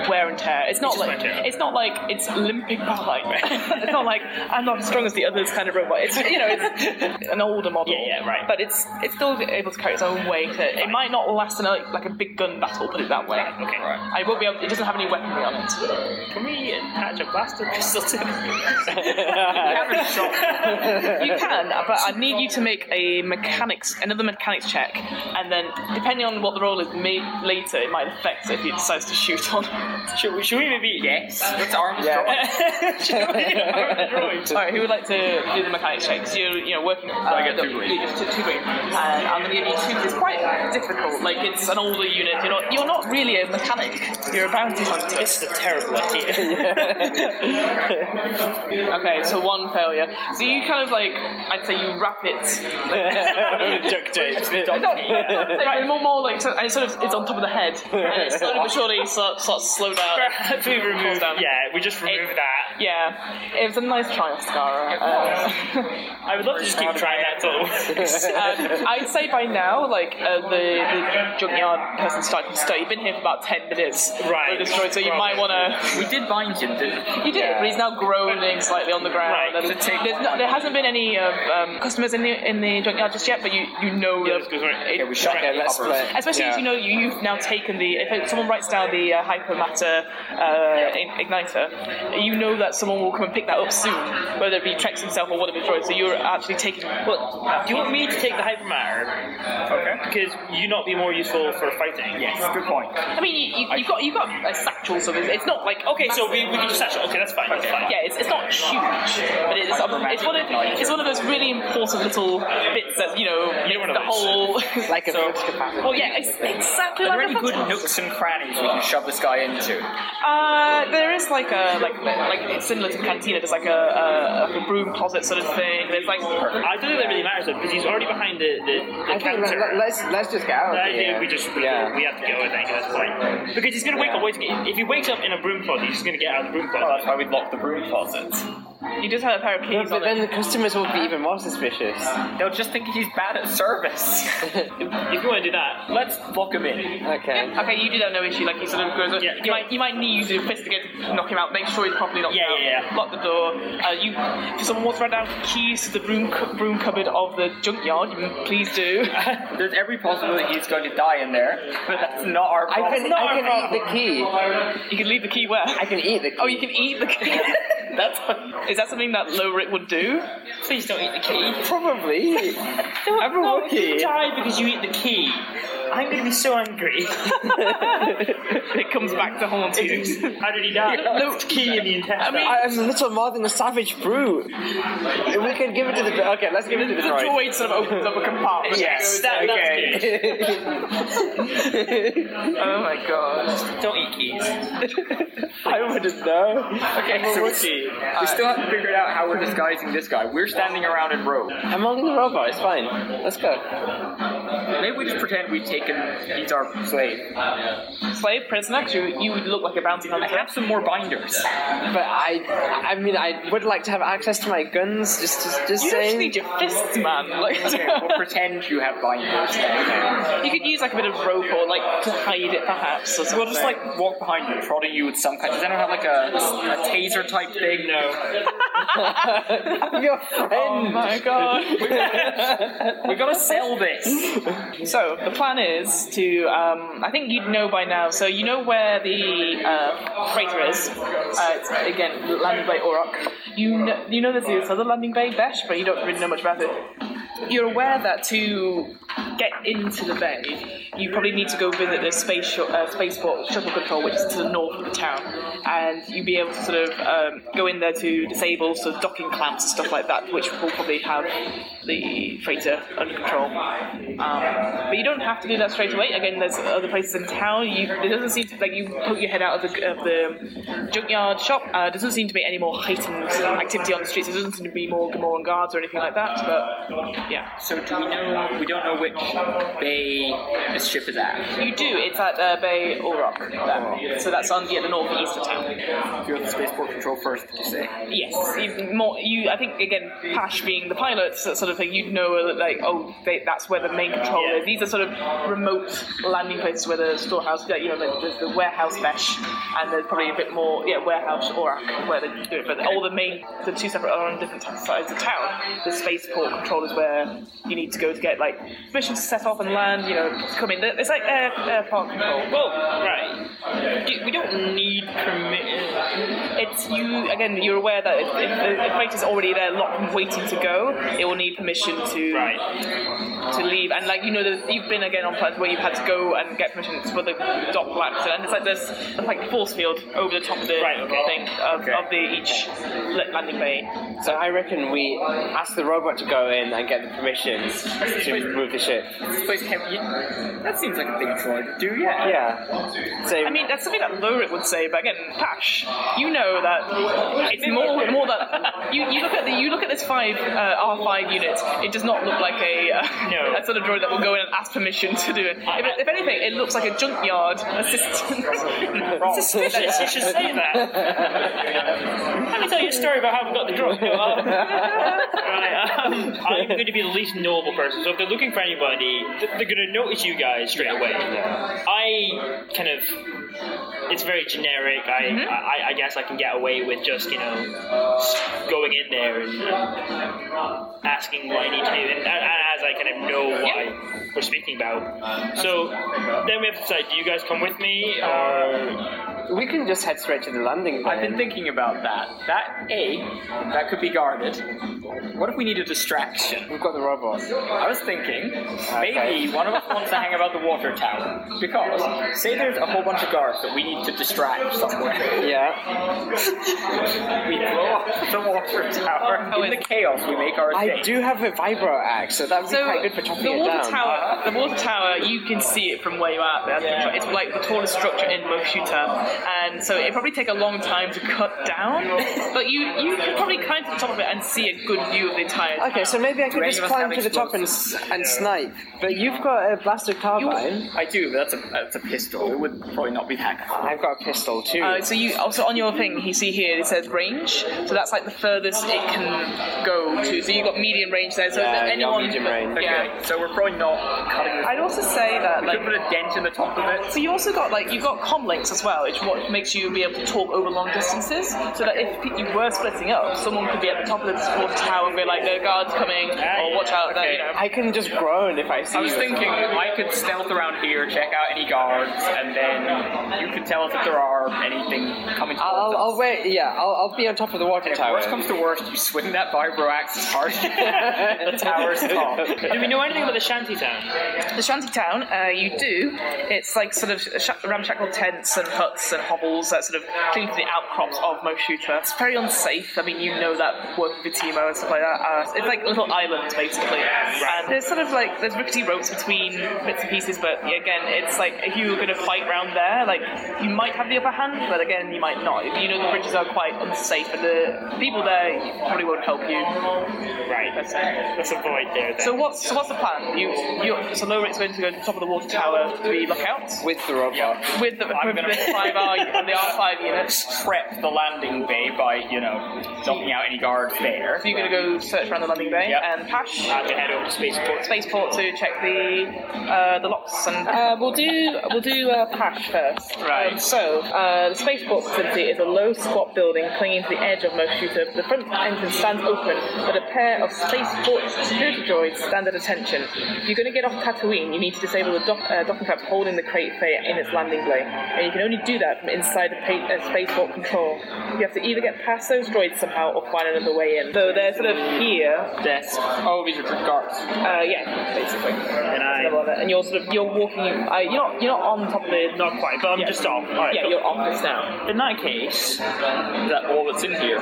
[SPEAKER 1] wear and tear. It's not
[SPEAKER 3] It's just
[SPEAKER 1] like
[SPEAKER 3] wear and tear.
[SPEAKER 1] it's not like it's limping behind. <laughs> it's not like I'm not as strong as the others kind of robot. It's you know it's an older model.
[SPEAKER 3] Yeah, yeah, right.
[SPEAKER 1] But it's it's still able to carry its own weight. It, it might not last in a, like a big gun battle, put it that way.
[SPEAKER 3] Okay.
[SPEAKER 1] I won't be able. It doesn't have any weaponry on it.
[SPEAKER 3] Can we attach a blaster pistol to <laughs>
[SPEAKER 1] You can, but I need you to make a mechanics, another mechanics check, and then depending on what the role is made later, it might affect if he decides to shoot on.
[SPEAKER 3] should, we, should we maybe yes?
[SPEAKER 4] It's arms
[SPEAKER 2] Yeah.
[SPEAKER 4] drawn.
[SPEAKER 3] should we <laughs> arm droid?
[SPEAKER 1] All right, who would like to do the mechanics check? So you're, you know, working. I
[SPEAKER 4] get two green.
[SPEAKER 1] Just two, two green. Uh, And I'm going to give you two. It's quite difficult. Like it's an older unit. You're not. You're not really a mechanic. You're a bounty hunter.
[SPEAKER 3] This is a terrible idea.
[SPEAKER 1] <laughs> Okay, so one failure. So you kind of like, I'd say you wrap it. <laughs>
[SPEAKER 3] Duct tape.
[SPEAKER 1] Not, right, more, more like so- and sort of it's on top of the
[SPEAKER 3] <laughs>
[SPEAKER 1] head, and it slowly but surely starts starts to slow down.
[SPEAKER 3] Perhaps we remove
[SPEAKER 1] down.
[SPEAKER 3] Yeah, we just remove that.
[SPEAKER 1] Yeah, it was a nice Uh, try, Scara.
[SPEAKER 3] I would love to just keep trying that <laughs> till.
[SPEAKER 1] <laughs> Um, I'd say by now, like uh, the, the junkyard person started to stir. You've been here for about ten minutes,
[SPEAKER 3] Right.
[SPEAKER 1] You're Destroyed, so you might want to.
[SPEAKER 4] We did bind him, didn't we?
[SPEAKER 1] You did, but he's now groaning slightly on the
[SPEAKER 3] Right,
[SPEAKER 1] ground.
[SPEAKER 3] 'cause
[SPEAKER 1] and
[SPEAKER 3] it takes-
[SPEAKER 1] there's not, there hasn't been any um, um, customers in the in the junkyard just yet, but you you know
[SPEAKER 3] Yeah,
[SPEAKER 1] that.
[SPEAKER 3] let's go through it.
[SPEAKER 4] Yeah, we shot
[SPEAKER 3] Right.
[SPEAKER 4] him.
[SPEAKER 2] Okay, let's
[SPEAKER 4] Uppers.
[SPEAKER 2] split.
[SPEAKER 1] Especially
[SPEAKER 2] yeah.
[SPEAKER 1] as you know you, you've now taken the. If it- someone writes down the uh, hypermatter uh, in- igniter, you know that someone will come and pick that up soon, whether it be Trex himself or one of his droids. So you're actually taking.
[SPEAKER 3] Well, do you want me to take the hypermatter?
[SPEAKER 4] Okay.
[SPEAKER 3] Because you not be more useful for fighting.
[SPEAKER 4] Yes, good point.
[SPEAKER 1] I mean, you, you, you've got you've got a satchel, so it's it's not like
[SPEAKER 3] Okay, so we, we can just satchel. Okay, that's fine. That's fine.
[SPEAKER 1] Yeah, it's, it's not huge, but it's, it's one of it's one of those really important little bits that you know
[SPEAKER 3] You're one of
[SPEAKER 1] the
[SPEAKER 3] those.
[SPEAKER 1] whole.
[SPEAKER 2] Like a
[SPEAKER 1] <laughs> so,
[SPEAKER 2] flux capacitor.
[SPEAKER 1] well, yeah, ex- exactly
[SPEAKER 4] Are there
[SPEAKER 1] like a
[SPEAKER 4] any
[SPEAKER 1] flux
[SPEAKER 4] good
[SPEAKER 1] capacitor.
[SPEAKER 4] nooks and crannies we can shove this guy into?
[SPEAKER 1] Uh, there is like a like like it's similar to cantina. There's like a, a, like a broom closet sort of thing. There's like
[SPEAKER 3] I don't think that really matters though, because he's already behind the, the, the
[SPEAKER 2] I think
[SPEAKER 3] counter.
[SPEAKER 2] let, let's let's just get out of
[SPEAKER 3] I
[SPEAKER 2] here.
[SPEAKER 3] think we just we,
[SPEAKER 2] yeah.
[SPEAKER 3] we have to go. I think at this point because he's gonna wake up. Waiting. If he wakes up in a broom closet, he's just gonna get out of the broom
[SPEAKER 4] Oh, That's
[SPEAKER 3] closet.
[SPEAKER 4] why we locked the broom closets.
[SPEAKER 1] you just have a pair of keys on
[SPEAKER 2] But
[SPEAKER 1] it.
[SPEAKER 2] then the customers will be even more suspicious.
[SPEAKER 4] They'll just think he's bad at
[SPEAKER 3] <laughs>
[SPEAKER 4] service.
[SPEAKER 3] If you want to do
[SPEAKER 4] <laughs>
[SPEAKER 3] that,
[SPEAKER 4] Let's lock him in.
[SPEAKER 2] Okay.
[SPEAKER 1] Yeah, okay, you do that no issue. Like he sort of goes.
[SPEAKER 3] Yeah,
[SPEAKER 1] you
[SPEAKER 3] yeah.
[SPEAKER 1] might you might need to investigate to knock him out. Make sure he's properly knocked
[SPEAKER 3] Yeah,
[SPEAKER 1] out.
[SPEAKER 3] yeah, yeah.
[SPEAKER 1] Lock the door. Uh, you if someone wants to write down keys to the broom cu- broom cupboard of the junkyard, you please do. <laughs>
[SPEAKER 4] There's every possibility he's going to die in there, but that's not our
[SPEAKER 2] I
[SPEAKER 4] problem.
[SPEAKER 2] can I can eat the key.
[SPEAKER 1] you can leave the key where.
[SPEAKER 2] I can eat the key.
[SPEAKER 1] Oh, you can eat the key. <laughs> That's is that something that Lowrick would do? Please don't eat the key.
[SPEAKER 2] probably.
[SPEAKER 1] <laughs>
[SPEAKER 3] I'm
[SPEAKER 2] a rookie.
[SPEAKER 3] Die because you eat the key. I'm gonna be so angry.
[SPEAKER 1] <laughs> It comes back to haunt <laughs> you.
[SPEAKER 3] How did he die?
[SPEAKER 1] no.
[SPEAKER 3] key in the
[SPEAKER 1] I
[SPEAKER 3] intestine.
[SPEAKER 1] mean,
[SPEAKER 2] I am little more than a savage brute. If we can give it to the okay, let's give it to the
[SPEAKER 1] the
[SPEAKER 2] droid.
[SPEAKER 1] droid sort of opens up a compartment.
[SPEAKER 4] Yes,
[SPEAKER 3] that,
[SPEAKER 4] okay.
[SPEAKER 3] that's good.
[SPEAKER 1] Oh my god.
[SPEAKER 4] Don't eat keys.
[SPEAKER 2] <laughs> I wouldn't know.
[SPEAKER 4] Okay, so we we still haven't figured out how we're disguising this guy. We're standing around in row.
[SPEAKER 2] I'm holding the robot. It's fine. Let's go.
[SPEAKER 4] Maybe we just pretend we've taken he's our slave.
[SPEAKER 1] Slave prisoner, 'cause you, you would look like a bounty
[SPEAKER 4] I
[SPEAKER 1] hunter.
[SPEAKER 4] have some more binders.
[SPEAKER 2] But I, I mean, I would like to have access to my guns. Just, just, just
[SPEAKER 1] You just
[SPEAKER 2] saying.
[SPEAKER 1] need your fists, man. <laughs> Like,
[SPEAKER 4] Okay,
[SPEAKER 2] <laughs>
[SPEAKER 4] we'll pretend you have binders. Okay.
[SPEAKER 1] you could use like a bit of rope or like to hide it, perhaps. Or
[SPEAKER 4] We'll just like walk behind you, prodding you with some kind. Does anyone have like a, a taser type thing? No.
[SPEAKER 2] I'm your
[SPEAKER 1] Oh
[SPEAKER 2] friend.
[SPEAKER 1] my god.
[SPEAKER 4] We gotta sell this.
[SPEAKER 1] So the plan is to. Um, I think you'd know by now. So you know where the uh, freighter is. Uh, it's, again, the landing bay Orok. You know, you know there's this other landing bay Besh, but you don't really know much about it. You're aware that to get into the bay, you probably need to go visit the space shu- uh, spaceport shuttle control, which is to the north of the town, and you'll be able to sort of um, go in there to disable sort of docking clamps and stuff like that, which will probably have the freighter under control. Um, but you don't have to do that straight away. Again, there's other places in town. You, there doesn't seem to like you poke your head out of the, of the junkyard shop. Uh, doesn't seem to be any more heightened activity on the streets. There doesn't seem to be more Gamoran guards or anything like that. But yeah,
[SPEAKER 4] So do we know? We don't know which bay this ship is at?
[SPEAKER 1] You do. It's at uh, Bay Ulrock. There. So that's on yeah, the northeast of town.
[SPEAKER 4] You're the spaceport control first, did you say?
[SPEAKER 1] Yes, you, more you. I think again, Pash being the pilots, that sort of thing. You'd know that like, oh, they, that's where the main control
[SPEAKER 3] Yeah.
[SPEAKER 1] is. These are sort of remote landing places where the storehouse, like, you know, the, the, the warehouse mesh, and there's probably a bit more, yeah, warehouse or where they do it. But all the main, the two separate are on different sides of town. The spaceport control is where you need to go to get like permission to set off and land. You know, to come in. It's like air, airport control.
[SPEAKER 3] Well, right. Do- We don't need permit.
[SPEAKER 1] It's you again. You're aware that if, if the if freight is already there, locked and waiting to go, it will need permission to
[SPEAKER 4] <laughs>
[SPEAKER 3] Right.
[SPEAKER 1] to leave. And like you know, that you've been again on planet where you've had to go and get permission for the dock laps, and it's like this like force field over the top of the
[SPEAKER 3] Right, okay.
[SPEAKER 1] thing of, of the each la- landing bay.
[SPEAKER 2] So I reckon we ask the robot to go in and get the permissions to move the ship.
[SPEAKER 4] Place heavy. That seems like a thing Troy do, yeah.
[SPEAKER 2] Yeah. So
[SPEAKER 1] I mean, that's something that Lorik would say, but again, Pash, you know that it's more more that you, you look at the you look at this five uh, R five unit. It does not look like a uh,
[SPEAKER 3] No.
[SPEAKER 1] a sort of droid that will go in and ask permission to do it. If, if anything, it looks like a junkyard assistant. <laughs>
[SPEAKER 3] <laughs> Suspicious. You should say that. Let me tell you a story about how we got the drug.
[SPEAKER 4] <laughs>
[SPEAKER 3] Um, right, um, I'm going to be the least knowable person, so if they're looking for anybody, th- they're going to notice you guys straight away. I kind of. It's very generic. I, I, I guess I can get away with just, you know, s- going in there and uh, asking what I need to do, and, and as I kind of know what I, we're speaking about. So then we have to decide do you guys come with me, or.
[SPEAKER 2] <laughs> we can just head straight to the landing. Then.
[SPEAKER 4] I've been thinking about that. That A, that could be guarded. What if we need a distraction?
[SPEAKER 2] We've got the robot.
[SPEAKER 4] I was thinking maybe one of us wants to hang about the water tower because say there's a whole bunch of guards that we need to distract somewhere.
[SPEAKER 2] Yeah.
[SPEAKER 4] we blow up the water tower.
[SPEAKER 1] Oh,
[SPEAKER 4] In the
[SPEAKER 1] it's-
[SPEAKER 4] chaos, we make our
[SPEAKER 2] I
[SPEAKER 4] thing.
[SPEAKER 2] do have a vibro axe, so that would be
[SPEAKER 1] So
[SPEAKER 2] quite good for chopping
[SPEAKER 1] the
[SPEAKER 2] it
[SPEAKER 1] water
[SPEAKER 2] down.
[SPEAKER 1] tower, the water tower, you can see it from where you are. There. It's like the tallest structure in Moshuta, and so it probably take a long time to cut down. <laughs> but you you can probably climb to the top of it and see a good view of the entire.
[SPEAKER 2] Okay, so maybe I could
[SPEAKER 4] any
[SPEAKER 2] just
[SPEAKER 4] of us
[SPEAKER 2] climb
[SPEAKER 4] have
[SPEAKER 2] to the top and, s- and snipe. But you've got a blaster carbine.
[SPEAKER 4] I do, but that's a that's a pistol. It would probably not be that. good.
[SPEAKER 2] I've got a pistol too.
[SPEAKER 1] Uh, so you also on your thing you see here it says range, so that's like the furthest it can go to. So you have got medium range there. So
[SPEAKER 2] Yeah,
[SPEAKER 1] that
[SPEAKER 2] yeah,
[SPEAKER 1] anyone,
[SPEAKER 2] medium range.
[SPEAKER 1] yeah.
[SPEAKER 4] So we're probably not cutting. This.
[SPEAKER 1] I'd also say that
[SPEAKER 4] We
[SPEAKER 1] like
[SPEAKER 4] could put a dent in the top of it.
[SPEAKER 1] So you also got like you've got comlinks as well, which what makes you be able to talk over long distances. So that if pe- you were splitting up, someone could be at the top of the support tower and be like, "No guards coming," or "Watch out!" there, you know.
[SPEAKER 2] I can just groan if I see
[SPEAKER 4] I was
[SPEAKER 2] you.
[SPEAKER 4] thinking I could stealth around here, check out any guards, and then you could tell us if there are anything coming towards
[SPEAKER 2] I'll, I'll,
[SPEAKER 4] us.
[SPEAKER 2] I'll wait, yeah, I'll, I'll be on top of the water
[SPEAKER 4] If
[SPEAKER 2] tower.
[SPEAKER 4] worst comes to worst, you swing that vibro axe as hard as you can.
[SPEAKER 2] <laughs>
[SPEAKER 4] the tower's top.
[SPEAKER 3] Do we know anything about the shanty town?
[SPEAKER 1] The shanty town, uh, you do. It's like sort of sh- ramshackle tents and huts and hovels that sort of cling to the outcrops of Moshuta. It's very unsafe. I mean, you know that working with Timo and stuff like that. Uh, it's like little islands basically. And there's sort of like there's rickety ropes between bits and pieces, but again, it's like if you were going to fight round there, like you might have the upper hand, but again, you might not. You know the bridges are quite unsafe, and the people there probably won't help you.
[SPEAKER 3] Right, that's that's a void there. Then.
[SPEAKER 1] So what's so what's the plan? You you so Lowrick's going to go to the top of the water tower three lookouts
[SPEAKER 2] With the robot.
[SPEAKER 1] with the
[SPEAKER 4] I'm
[SPEAKER 1] with
[SPEAKER 4] gonna-
[SPEAKER 1] the
[SPEAKER 4] <laughs>
[SPEAKER 1] five R and the R five units.
[SPEAKER 4] Prep the landing bay by, you know, knocking out any guards there.
[SPEAKER 1] So you're going to go search around the landing bay
[SPEAKER 4] Yep.
[SPEAKER 1] and Pash
[SPEAKER 3] I'm gonna head over to spaceport.
[SPEAKER 1] spaceport to check the uh, the locks and uh, we'll do we'll do uh, Pash first.
[SPEAKER 4] Right.
[SPEAKER 1] Um, so uh, the spaceport facility is a low squat building clinging to the edge of most shooter. The front entrance stands open, but a pair of spaceport security droids stand at attention. If you're going to get off Tatooine, you need to disable the dock, uh, docking traps holding the crate bay in its landing bay, and you can only do that from inside the pa- uh, spaceport control. You have to either get past those droids somehow or find another way in. So they're sort of here.
[SPEAKER 4] Desk. Oh, these are <laughs> guards.
[SPEAKER 1] Uh, yeah, basically. And
[SPEAKER 3] I-
[SPEAKER 1] and you're sort of you're walking. Uh, you're not you're not on top of the.
[SPEAKER 3] Not quite, but I'm
[SPEAKER 1] Yeah.
[SPEAKER 3] just off. All right,
[SPEAKER 1] Yeah,
[SPEAKER 3] cool.
[SPEAKER 1] you're off this now.
[SPEAKER 4] In that case, is that all that's in
[SPEAKER 3] <laughs>
[SPEAKER 4] here?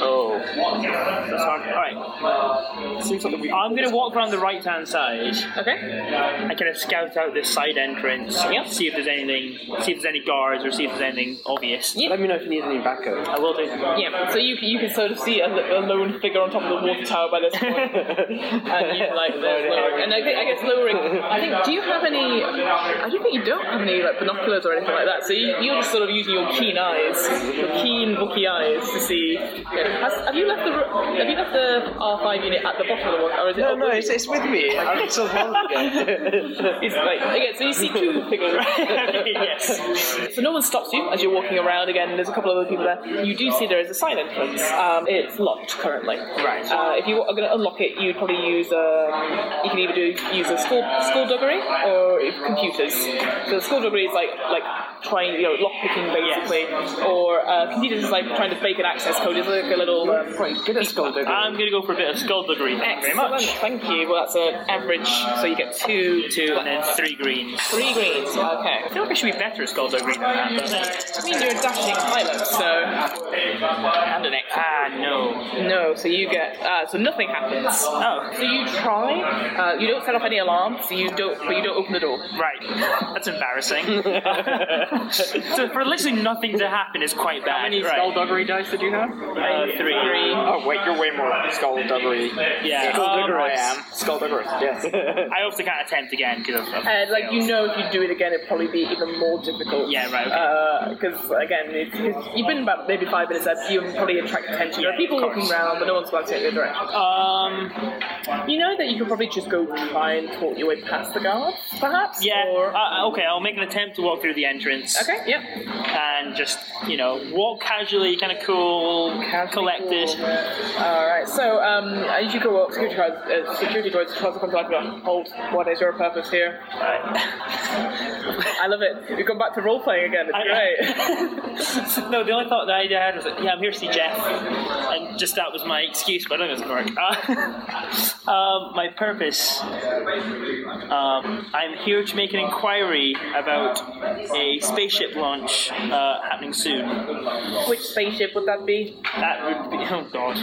[SPEAKER 4] oh.
[SPEAKER 3] That's hard. All right. I'm gonna walk around the right hand side.
[SPEAKER 1] Okay.
[SPEAKER 3] I kind of scout out this side entrance. See if there's anything see if there's any guards or see if there's anything obvious.
[SPEAKER 2] Let me know if you need any backup.
[SPEAKER 3] I will do.
[SPEAKER 1] Yeah, so you, you can sort of see a, a lone figure on top of the water tower by this
[SPEAKER 2] <laughs>
[SPEAKER 1] point. and you like there's lowering. And I, think, I guess lowering. I think. Do you have any? I don't think you don't have any like binoculars or anything like that. So you, you're just sort of using your keen eyes, your keen bookie eyes to see. Yeah. Has, have you left the ro- Have you left the R5 unit at the bottom of the water, or is it?
[SPEAKER 2] No,
[SPEAKER 1] up
[SPEAKER 2] no,
[SPEAKER 1] with
[SPEAKER 2] it's,
[SPEAKER 1] you?
[SPEAKER 2] it's with me. I'm still holding
[SPEAKER 1] It's like again, so you see
[SPEAKER 3] <laughs>
[SPEAKER 1] two figures.
[SPEAKER 3] yes.
[SPEAKER 1] So no one stops you as you're walking around again. There's a couple of other people there. You do see there is a side entrance. Um, it's locked currently.
[SPEAKER 4] Right.
[SPEAKER 1] Uh, if you are going to unlock it, you'd probably use a. You can either do use a school skullduggery or computers. So skullduggery is like like trying you know lock picking basically, or uh, computers is like trying to fake an access code. It's like a little. Um,
[SPEAKER 2] Quite good at skullduggery.
[SPEAKER 3] I'm gonna go for a bit of skull degree. Thank you
[SPEAKER 1] Excellent.
[SPEAKER 3] very much.
[SPEAKER 1] Thank you. Well, that's an average. So you get two,
[SPEAKER 3] Two and then three greens.
[SPEAKER 1] three greens. Okay.
[SPEAKER 3] I feel like I should be better at skull degree than
[SPEAKER 4] Oh,
[SPEAKER 3] that.
[SPEAKER 1] I mean, you're a dashing pilot, so. And an X.
[SPEAKER 3] Ah no.
[SPEAKER 1] No, so you get. Uh, so nothing happens. Um,
[SPEAKER 3] Oh.
[SPEAKER 1] So you try. Uh, you don't set off any alarms. So you don't. But you don't open the door.
[SPEAKER 3] Right,
[SPEAKER 4] <laughs>
[SPEAKER 3] that's embarrassing. so for literally nothing to happen is quite bad.
[SPEAKER 4] How many
[SPEAKER 3] right.
[SPEAKER 4] skullduggery dice did you have?
[SPEAKER 3] Uh, three.
[SPEAKER 2] Oh wait, you're way more skullduggery.
[SPEAKER 3] Yeah.
[SPEAKER 2] Skullduggery,
[SPEAKER 3] Um,
[SPEAKER 2] I am. Skullduggery. Yes.
[SPEAKER 3] <laughs> I hope they can't attempt again because of, of
[SPEAKER 4] Uh,
[SPEAKER 1] And like you know, if you do it again, it'd probably be even more difficult.
[SPEAKER 3] Yeah, right,
[SPEAKER 1] Because again, it's, it's, you've been about maybe five minutes there. You probably attract attention. there
[SPEAKER 3] Yeah,
[SPEAKER 1] are people
[SPEAKER 3] of course.
[SPEAKER 1] walking around, but no one's glancing at your direction.
[SPEAKER 3] Um.
[SPEAKER 1] You know that you could probably just go try and talk your way past the guards, perhaps.
[SPEAKER 3] Yeah.
[SPEAKER 1] Or,
[SPEAKER 3] Uh, okay, I'll make an attempt to walk through the entrance.
[SPEAKER 1] okay. Yeah.
[SPEAKER 3] And just you know walk casually, kind of cool, collected.
[SPEAKER 1] All right. So um, as you go up, security guards, uh, security guards tries to come to life. and go, Hold. What is your purpose here? I love it. We've gone back to role playing again. It's great. <laughs>
[SPEAKER 3] <laughs> no, the only thought that I had was, like, yeah, I'm here to see Jeff, and just that was my excuse. But I don't think it's gonna work. <laughs> Uh, um, my purpose. Um, I'm here to make an inquiry about a spaceship launch uh, happening soon.
[SPEAKER 1] Which spaceship would that be?
[SPEAKER 3] That would be. Oh God,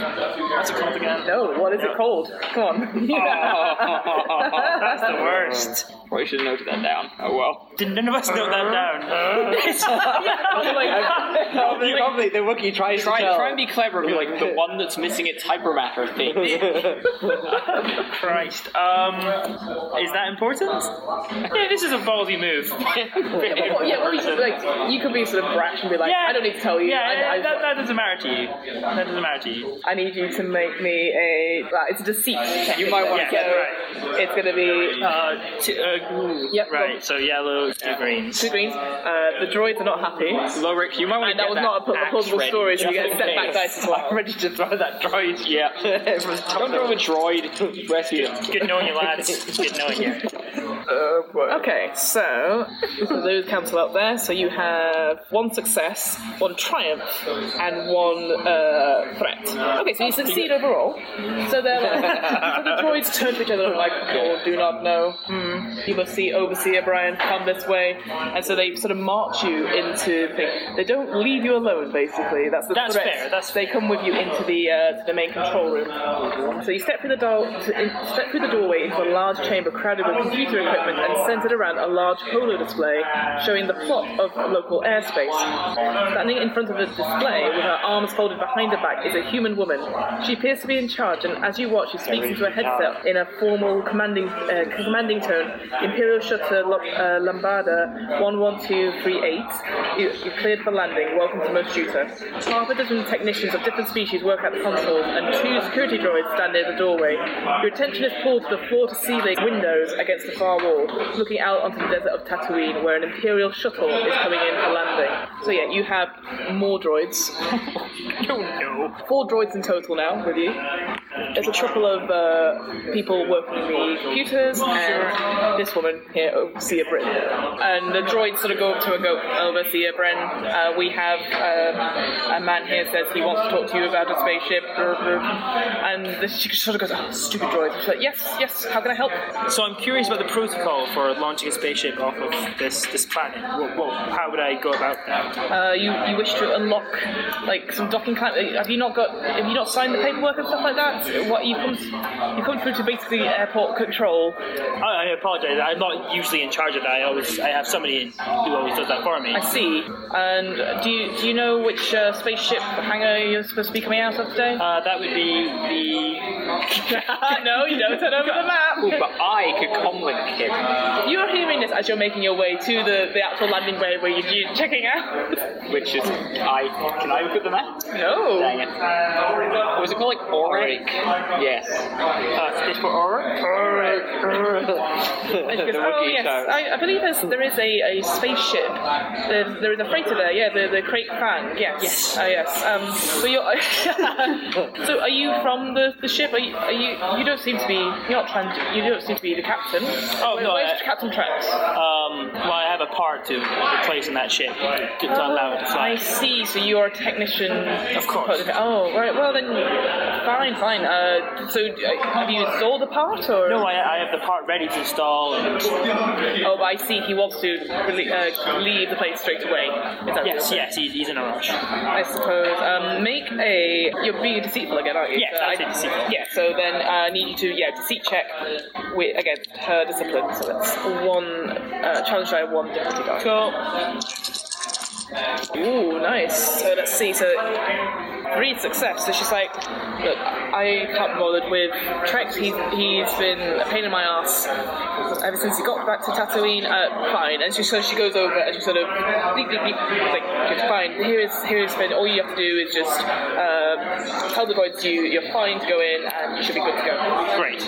[SPEAKER 3] that's a called
[SPEAKER 1] <laughs>
[SPEAKER 3] again.
[SPEAKER 1] No. What is it called? Come on. <laughs>
[SPEAKER 3] That's the worst.
[SPEAKER 4] Probably should have noted that down. Oh well.
[SPEAKER 3] Did none of us note
[SPEAKER 1] <laughs>
[SPEAKER 3] that <laughs> down?
[SPEAKER 2] Probably, probably the wookie tries
[SPEAKER 4] Try,
[SPEAKER 2] to tell.
[SPEAKER 4] try and be clever. Be like the one that's missing its hypermatter <laughs> thing.
[SPEAKER 3] Christ. Um, is that important? Yeah, this is a ballsy move.
[SPEAKER 1] <laughs> Yeah, well, yeah, well, you, could, like, you could be sort of brash and be like,
[SPEAKER 3] Yeah.
[SPEAKER 1] I don't need to tell you.
[SPEAKER 3] Yeah,
[SPEAKER 1] I, I,
[SPEAKER 3] that, that doesn't matter to you. That doesn't matter to you.
[SPEAKER 1] I need you to make me a. Like, it's a deceit. check.
[SPEAKER 4] You might wanna
[SPEAKER 3] Yeah,
[SPEAKER 1] So
[SPEAKER 3] right.
[SPEAKER 1] It's gonna be.
[SPEAKER 3] Uh, t- uh,
[SPEAKER 1] Yep, go.
[SPEAKER 3] right, so yellow, two greens.
[SPEAKER 1] Two greens. Uh, the droids are not happy.
[SPEAKER 4] Lorick, you might want
[SPEAKER 1] And
[SPEAKER 4] to
[SPEAKER 1] that was
[SPEAKER 4] get
[SPEAKER 1] not a, pla- a
[SPEAKER 4] axe
[SPEAKER 1] plausible
[SPEAKER 4] ready,
[SPEAKER 1] story, so you
[SPEAKER 4] just
[SPEAKER 1] get
[SPEAKER 4] in
[SPEAKER 1] set back
[SPEAKER 4] case.
[SPEAKER 1] dice as well.
[SPEAKER 2] I'm ready to throw that droid.
[SPEAKER 4] Yeah. Don't throw a droid. Rescue them.
[SPEAKER 3] Good knowing you, lads. Good knowing you.
[SPEAKER 1] <laughs>
[SPEAKER 4] Oh,
[SPEAKER 1] Okay, so so those cancel out there. So you have one success, one triumph, and one uh, threat. Okay, so you succeed overall. So they're like, <laughs> so the droids turn to each other and are like, oh, do not know. Hmm. You must see Overseer Brian. Come this way. And so they sort of march you into. Thing. They don't leave you alone. Basically, that's the
[SPEAKER 3] That's
[SPEAKER 1] threat.
[SPEAKER 3] fair, that's
[SPEAKER 1] they come with you into the uh, to the main control room. So you step through the door, to, in, step through the doorway into a large chamber crowded with computer equipment and centered around a large holo display showing the plot of local airspace. Standing in front of the display with her arms folded behind her back is a human woman. She appears to be in charge, and as you watch, she speaks into a headset in a formal commanding uh, commanding tone. Imperial Shutter Lo- uh, Lambada one one two three eight. You, you're cleared for landing. Welcome to Most Shooter. Half a dozen technicians of different species work at the consoles, and two security droids stand near the doorway. Your attention is pulled to the floor-to-ceiling windows against the far wall, looking out onto the desert of Tatooine, where an Imperial shuttle is coming in for landing. So yeah, you have more droids. <laughs>
[SPEAKER 3] Oh no.
[SPEAKER 1] Four droids in total now with you. There's a couple of uh, people working the computers and this woman here, Overseer Bryn. And the droids sort of go up to her and go, Overseer Bryn, uh, we have um, a man here says he wants to talk to you about a spaceship. brr, brr." And the, she sort of goes, oh, stupid droids. She's like, yes, yes, how can I help?
[SPEAKER 3] So I'm curious about the protocol for launching a spaceship off of this this planet. What, what, how would I go about that?
[SPEAKER 1] Uh, you, uh, you wish to unlock like some docking clamp. Have you not got? Have you not signed the paperwork and stuff like that? what you've come you come through to basically airport control.
[SPEAKER 3] I, I apologize. I'm not usually in charge of that. I always I have somebody in- who always does that for me.
[SPEAKER 1] I see. And do you do you know which uh, spaceship hangar you're supposed to be coming out of today?
[SPEAKER 3] Uh, that would be
[SPEAKER 1] <laughs>
[SPEAKER 3] the.
[SPEAKER 1] Uh, no, you don't turn over the map. <laughs>
[SPEAKER 4] But I could comlink him.
[SPEAKER 1] You're hearing this as you're making your way to the, the actual landing bay where you, you're checking out.
[SPEAKER 4] Which is, I can I look at the map?
[SPEAKER 1] No.
[SPEAKER 4] Dang it. What was it called? Like Auric? Yes. Uh, it's for Auric?
[SPEAKER 1] And she goes,
[SPEAKER 4] the
[SPEAKER 1] oh
[SPEAKER 4] Wookiee
[SPEAKER 1] yes,
[SPEAKER 4] shout.
[SPEAKER 1] I, I believe there's, there is a, a spaceship. There, there is a freighter there. Yeah, the the Crate Fang. Yes. Yes. Ah yes. Um. So you're. <laughs> so are you from the, the ship? Are you, are you? You don't seem to be. You're not trying. To, you don't seem to be the captain.
[SPEAKER 3] Oh,
[SPEAKER 1] Where-
[SPEAKER 3] no,
[SPEAKER 1] Where's
[SPEAKER 3] I-
[SPEAKER 1] Captain Trex?
[SPEAKER 3] Um, well, I have a part to replace in that ship to, to allow it to
[SPEAKER 1] I
[SPEAKER 3] fly.
[SPEAKER 1] see. So you are a technician. Of
[SPEAKER 3] course.
[SPEAKER 1] Oh right. Well then, fine, fine. Uh. So uh, have you installed the part or?
[SPEAKER 3] No, I, I have the part ready to install. And,
[SPEAKER 1] Oh, but I see. He wants to rele- uh, leave the place straight away. Is that
[SPEAKER 3] yes, yes, he's, he's in a rush.
[SPEAKER 1] I suppose. Um, make a. You're being deceitful again, aren't you?
[SPEAKER 3] Yes,
[SPEAKER 1] so
[SPEAKER 3] I said deceitful.
[SPEAKER 1] Yeah. So then uh, I need you to yeah deceit check with against her discipline. So that's one uh, challenge die, one difficulty die.
[SPEAKER 3] Cool.
[SPEAKER 1] Ooh, nice. So let's see. So three success. So she's like, look, I can't be bothered with Trex. He's he's been a pain in my ass ever since he got back to Tatooine. Uh, fine. And she so she goes over and she sort of bleep bleep bleep. Like, it's fine. Here is here is Finn. All you have to do is just uh, tell the droids you you're fine to go in and you should be good to go.
[SPEAKER 3] Great.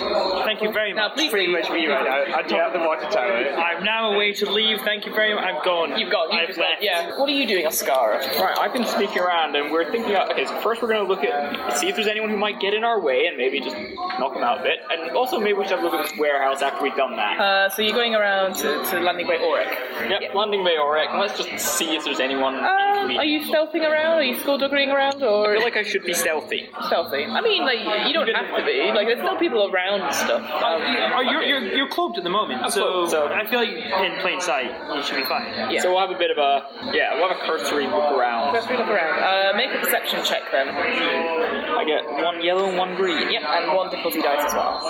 [SPEAKER 3] Thank you very
[SPEAKER 1] Now
[SPEAKER 3] much.
[SPEAKER 1] please.
[SPEAKER 5] Pretty much me right now, on top of the water tower.
[SPEAKER 3] I'm now away to leave. Thank you very much. I'm gone.
[SPEAKER 1] You've got. You've
[SPEAKER 3] I've
[SPEAKER 1] just got-
[SPEAKER 3] left.
[SPEAKER 1] yeah. What are you doing, Ascara?
[SPEAKER 4] Right, I've been sneaking around and we're thinking about okay, so first we're gonna look at see if there's anyone who might get in our way and maybe just knock them out a bit. And also maybe we should have a look at this warehouse after we've done that.
[SPEAKER 1] Uh, so you're going around to, to Landing Bay Auric.
[SPEAKER 4] yep, landing bay Auric, and let's just see if there's anyone
[SPEAKER 1] Um,
[SPEAKER 4] inconvenient.
[SPEAKER 1] are you stealthing around? Are you skullduggerying around? Or
[SPEAKER 4] I feel like I should be stealthy.
[SPEAKER 1] stealthy? I mean, like you don't have to be. Like there's still people around and stuff. Um,
[SPEAKER 3] Oh, you're, you're, you're cloaked at the moment, so,
[SPEAKER 4] cloaked, so-
[SPEAKER 3] I feel like in plain sight you should be fine.
[SPEAKER 1] yeah.
[SPEAKER 4] So we'll have a bit of a yeah, we'll have a cursory look around.
[SPEAKER 1] Let's look around. Uh, make a perception check then.
[SPEAKER 4] I get one yellow and one green.
[SPEAKER 1] Yep, and one difficulty dice as well.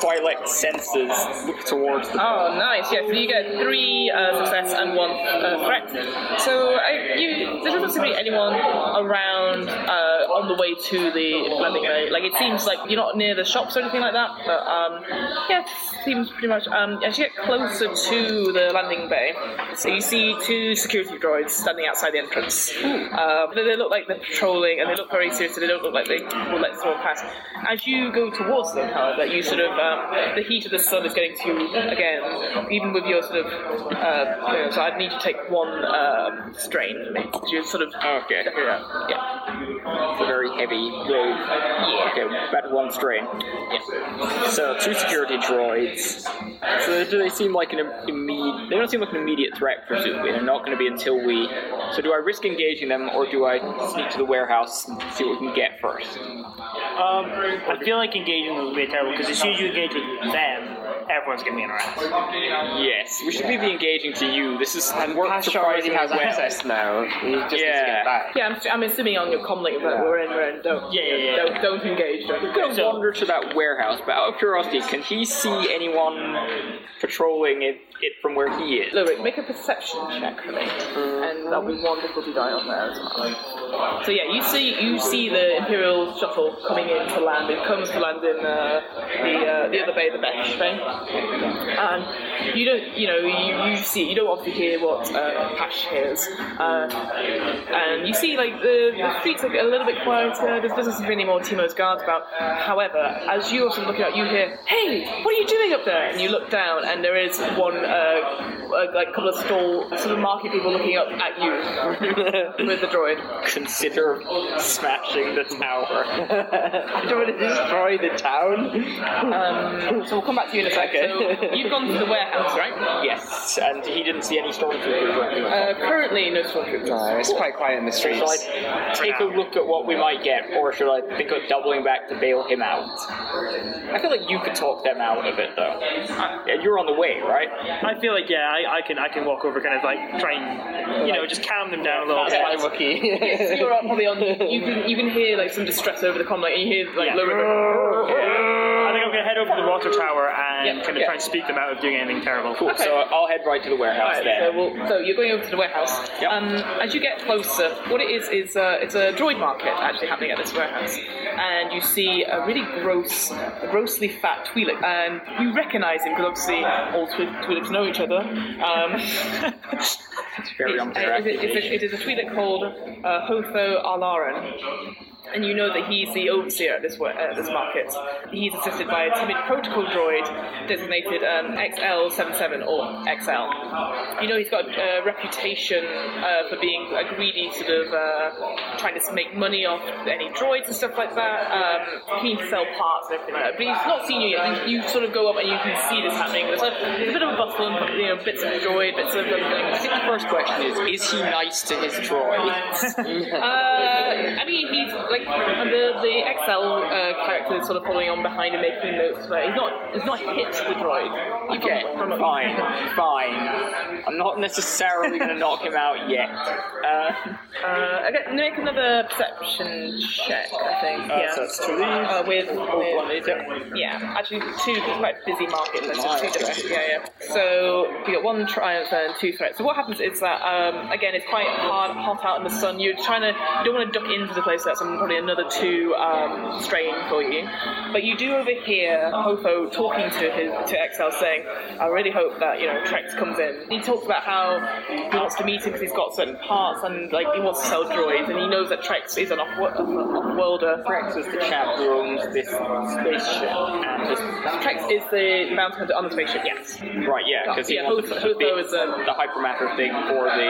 [SPEAKER 4] Twilight senses look towards the
[SPEAKER 1] Oh, nice. Yeah, so you get three uh, success and one uh, threat. So I, you, there doesn't seem to be anyone around uh, on the way to the landing bay. Like it seems like you're not near the shops or anything like that. But um, yeah, it seems pretty much. Um, as you get closer to the landing bay, so you see two security droids standing outside the entrance. Uh, they, they look like they're patrolling, and they look very serious. And they don't look like they will let someone pass. As you go towards them, however, you sort of um, the heat of the sun is getting to you again. Even with your sort of, uh, you know, so I'd need to take one um, strain. You sort of
[SPEAKER 3] Oh.
[SPEAKER 4] Okay.
[SPEAKER 1] yeah. yeah.
[SPEAKER 4] It's a very heavy road. Okay, about one strain. So two security droids. So do they seem like an im- immediate? They don't seem like an immediate threat, presumably. They're not going to be until we. So do I risk engaging them, or do I sneak to the warehouse and see what we can get first?
[SPEAKER 3] Um, I feel like engaging them would be terrible because as soon as you engage with them, everyone's gonna be in a rush.
[SPEAKER 4] Yes, we should be engaging to you. This is and work
[SPEAKER 5] Pasha already
[SPEAKER 4] surprising
[SPEAKER 5] has
[SPEAKER 4] well.
[SPEAKER 5] access now. He just needs to
[SPEAKER 4] Yeah.
[SPEAKER 5] get back.
[SPEAKER 1] Yeah, I'm, I'm assuming on your comlink that we're in, we're in. Don't,
[SPEAKER 3] Yeah, yeah, yeah.
[SPEAKER 1] don't, don't engage. Don't.
[SPEAKER 4] I'm gonna
[SPEAKER 3] So-
[SPEAKER 4] wander to that warehouse, but out of curiosity, can he see anyone patrolling it, it from where he is?
[SPEAKER 1] Lyric, make a perception check for me, and that'll be one difficulty die on there as well. So yeah, you see, you see the Imperial shuttle coming in to land. It comes to land in uh, the uh, the other bay, the Besh bay, and you don't, you know, you, you see, you don't obviously hear what uh, Pash hears, uh, and Um, you see like the, the streets are a little bit quieter. There's doesn't seem to be any more Timo's guards about. However, as you also look out, you hear, "Hey, what are you doing up there?" And you look down, and there is one, uh, a, like couple of stall sort of market people looking up at <laughs> you with the droid.
[SPEAKER 4] Consider smashing the tower.
[SPEAKER 5] You don't want to destroy the town?
[SPEAKER 1] Um, so we'll come back to you in a second. So you've gone to the warehouse.
[SPEAKER 4] house, right?
[SPEAKER 3] Yes, and he didn't see any stormtroopers or anything.
[SPEAKER 1] Uh, currently, no stormtroopers.
[SPEAKER 2] No, it's quite quiet in the
[SPEAKER 3] Shall
[SPEAKER 2] streets.
[SPEAKER 3] I take a look at what we might get, or should I think of doubling back to bail him out? I feel like you could talk them out of it, though. Yeah, you're on the way, right?
[SPEAKER 6] <laughs> I feel like yeah, I, I can I can walk over, kind of like try and you know just calm them down a little bit.
[SPEAKER 2] Hi, Wookie.
[SPEAKER 1] So You're up probably on. You can you can hear like some distress over the comm, like you hear like
[SPEAKER 6] Yeah.
[SPEAKER 1] lower.
[SPEAKER 6] I think I'm gonna head over to the water tower and
[SPEAKER 1] Yeah,
[SPEAKER 6] kind of
[SPEAKER 1] yeah.
[SPEAKER 6] try and speak them out of doing anything terrible. <laughs>
[SPEAKER 3] Cool. So I'll head right to the warehouse
[SPEAKER 1] Alright,
[SPEAKER 3] then.
[SPEAKER 1] so, we'll, so you're going over to the warehouse.
[SPEAKER 3] Yep.
[SPEAKER 1] Um, as you get closer, what it is is uh, it's a droid market actually happening at this warehouse, and you see a really gross, grossly fat Twi'lek, and you recognise him because obviously all Twi- Twi'leks know each other. Um,
[SPEAKER 3] <laughs>
[SPEAKER 1] <laughs>
[SPEAKER 3] It's very
[SPEAKER 1] it's,
[SPEAKER 3] unfair
[SPEAKER 1] it, is
[SPEAKER 3] accusation.
[SPEAKER 1] a, it is a Twi'lek called uh, Hotho Alaran. And you know that he's the overseer at this, wa- uh, this market. He's assisted by a timid protocol droid designated um, XL77 or XL. You know he's got a reputation uh, for being a greedy sort of uh, trying to make money off any droids and stuff like that. Um, keen to sell parts and everything like that. But he's not seen you yet. You you sort of go up and you can see this happening. There's a, there's a bit of a bustle and you know, bits of droid, bits of everything.
[SPEAKER 4] I think the first question is: Is he nice to his droids?
[SPEAKER 1] <laughs> Uh, I mean, he's like the the XL uh, character is sort of following on behind and making notes, but he's not he's not hit the droid. He
[SPEAKER 4] okay,
[SPEAKER 1] from- from-
[SPEAKER 4] fine, fine. I'm not necessarily going to knock him out yet. Uh,
[SPEAKER 1] Uh, okay, make another perception check, I think. yeah.
[SPEAKER 6] so that's two of these. Oh,
[SPEAKER 1] Uh, with, with-
[SPEAKER 4] one of these, yeah.
[SPEAKER 1] yeah, actually two because quite a busy market. There's just two
[SPEAKER 4] Alright,
[SPEAKER 1] different. Yeah, yeah. So you got one triumph and two threats. So what happens is that um, again, it's quite hard, hot out in the sun. You're trying to you don't want to duck into the place. That's probably another two um, strain for you. But you do overhear Hofo talking to his to XL saying, "I really hope that you know Trex comes in." He talks about how he wants to meet him because he's got certain parts and like he wants to sell droids, and he knows that Trex is an off worlder.
[SPEAKER 4] Rex is the chap who owns this spaceship. And just,
[SPEAKER 1] Trex is the bounty hunter on the spaceship, yes.
[SPEAKER 4] right, yeah, because he
[SPEAKER 1] Yeah,
[SPEAKER 4] wants
[SPEAKER 1] Hotho-
[SPEAKER 4] to put
[SPEAKER 1] Hotho is, um,
[SPEAKER 4] the, the hypermatter thing for the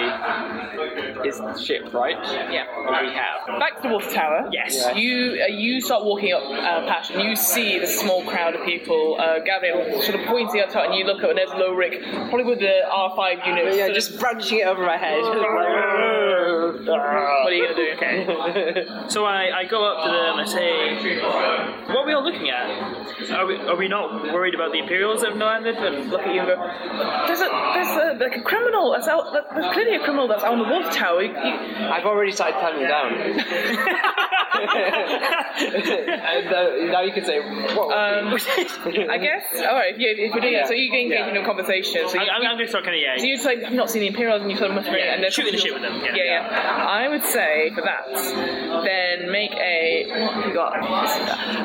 [SPEAKER 4] his ship, right?
[SPEAKER 1] Yeah.
[SPEAKER 4] That we
[SPEAKER 1] <laughs>
[SPEAKER 4] have.
[SPEAKER 1] Back to the water tower.
[SPEAKER 6] Yes.
[SPEAKER 1] You uh, you start walking up uh, past, and you see the small crowd of people uh, gathering, sort of pointing up top, and you look up, and there's Lowrick, probably with the R5 unit.
[SPEAKER 2] Yeah,
[SPEAKER 1] sort of-
[SPEAKER 2] just brandishing it over my head.
[SPEAKER 1] what are you gonna do?
[SPEAKER 6] So I, I go up to them and say, "What are we all looking at? Are we are we not worried about the Imperials that have landed?" And look at you and go,
[SPEAKER 1] There's a there's a, like a criminal. That's out, there's clearly a criminal that's on the water tower. You, you,
[SPEAKER 2] I've already started planning
[SPEAKER 1] <laughs>
[SPEAKER 2] down. and uh, now you can say, "Whoa,
[SPEAKER 1] um, <laughs> I guess. All right. Yeah, if we're doing that, so you can engage in a conversation. So
[SPEAKER 6] I,
[SPEAKER 1] you,
[SPEAKER 6] I'm, I'm gonna start kind of yeah.
[SPEAKER 1] So you'd say you've not seen the Imperials and you sort of muttering
[SPEAKER 6] Yeah,
[SPEAKER 1] and they're
[SPEAKER 6] shooting the shit with them, yeah.
[SPEAKER 1] yeah, I would say for that, then make a what have we got?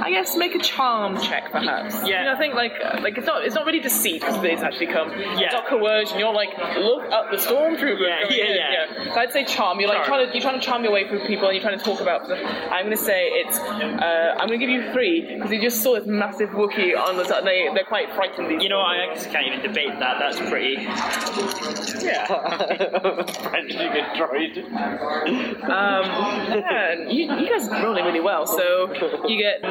[SPEAKER 1] I guess make a charm check perhaps.
[SPEAKER 6] Yeah.
[SPEAKER 1] You know, I think like uh, like it's not it's not really deceit because it's actually come. It's
[SPEAKER 6] Yeah.
[SPEAKER 1] not coercion. You're like look up the stormtrooper.
[SPEAKER 6] Yeah,
[SPEAKER 1] going
[SPEAKER 6] yeah,
[SPEAKER 1] in,
[SPEAKER 6] yeah.
[SPEAKER 1] So I'd say charm. You're like
[SPEAKER 6] Charm.
[SPEAKER 1] trying to you're trying to charm your way through people and you're trying to talk about. Stuff. I'm gonna say it's uh, I'm gonna give you three because you just saw this massive Wookiee on the side. They they're quite frightened. These
[SPEAKER 6] You know, I actually can't even debate that. That's pretty.
[SPEAKER 1] Um, yeah, you, you guys are rolling really well. So you get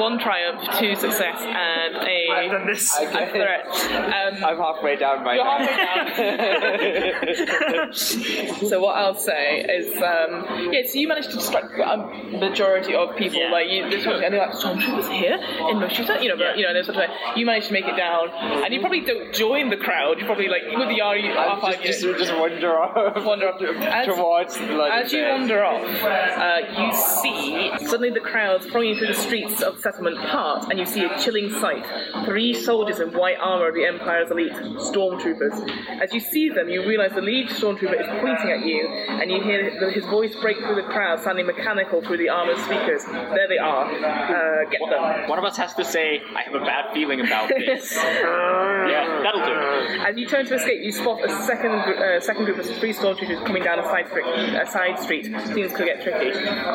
[SPEAKER 1] one triumph, two success, and
[SPEAKER 6] I've
[SPEAKER 1] a,
[SPEAKER 6] done this.
[SPEAKER 1] a threat. Um,
[SPEAKER 2] I'm halfway down my
[SPEAKER 1] you're halfway down. <laughs> so what I'll say is, um, yeah. So you managed to distract a majority of people.
[SPEAKER 6] Yeah.
[SPEAKER 1] Like you, this and they're like, "Stormtrooper's here in no shooter," you know. But, you know, and sort of like, you managed to make it down, and you probably don't join the crowd. You probably like with the R you
[SPEAKER 2] I'm
[SPEAKER 1] R5
[SPEAKER 2] just,
[SPEAKER 1] you
[SPEAKER 2] just, just wander off
[SPEAKER 1] wander up
[SPEAKER 2] <laughs>
[SPEAKER 1] as-
[SPEAKER 2] towards the London
[SPEAKER 1] as you
[SPEAKER 2] Bay.
[SPEAKER 1] wander off, uh, you see suddenly the crowds thronging through the streets of Settlement Park, and you see a chilling sight. Three soldiers in white armor of the Empire's elite, stormtroopers. As you see them, you realize the lead stormtrooper is pointing at you, and you hear the, his voice break through the crowd, sounding mechanical through the armored speakers. There they are. Uh, get <laughs> them.
[SPEAKER 4] One of us has to say, I have a bad feeling
[SPEAKER 1] <laughs>
[SPEAKER 4] about this. yeah, that'll do.
[SPEAKER 1] As you turn to escape, you spot a second gr- uh, second group of three stormtroopers coming down a side, fri- a side street. Things could get tricky.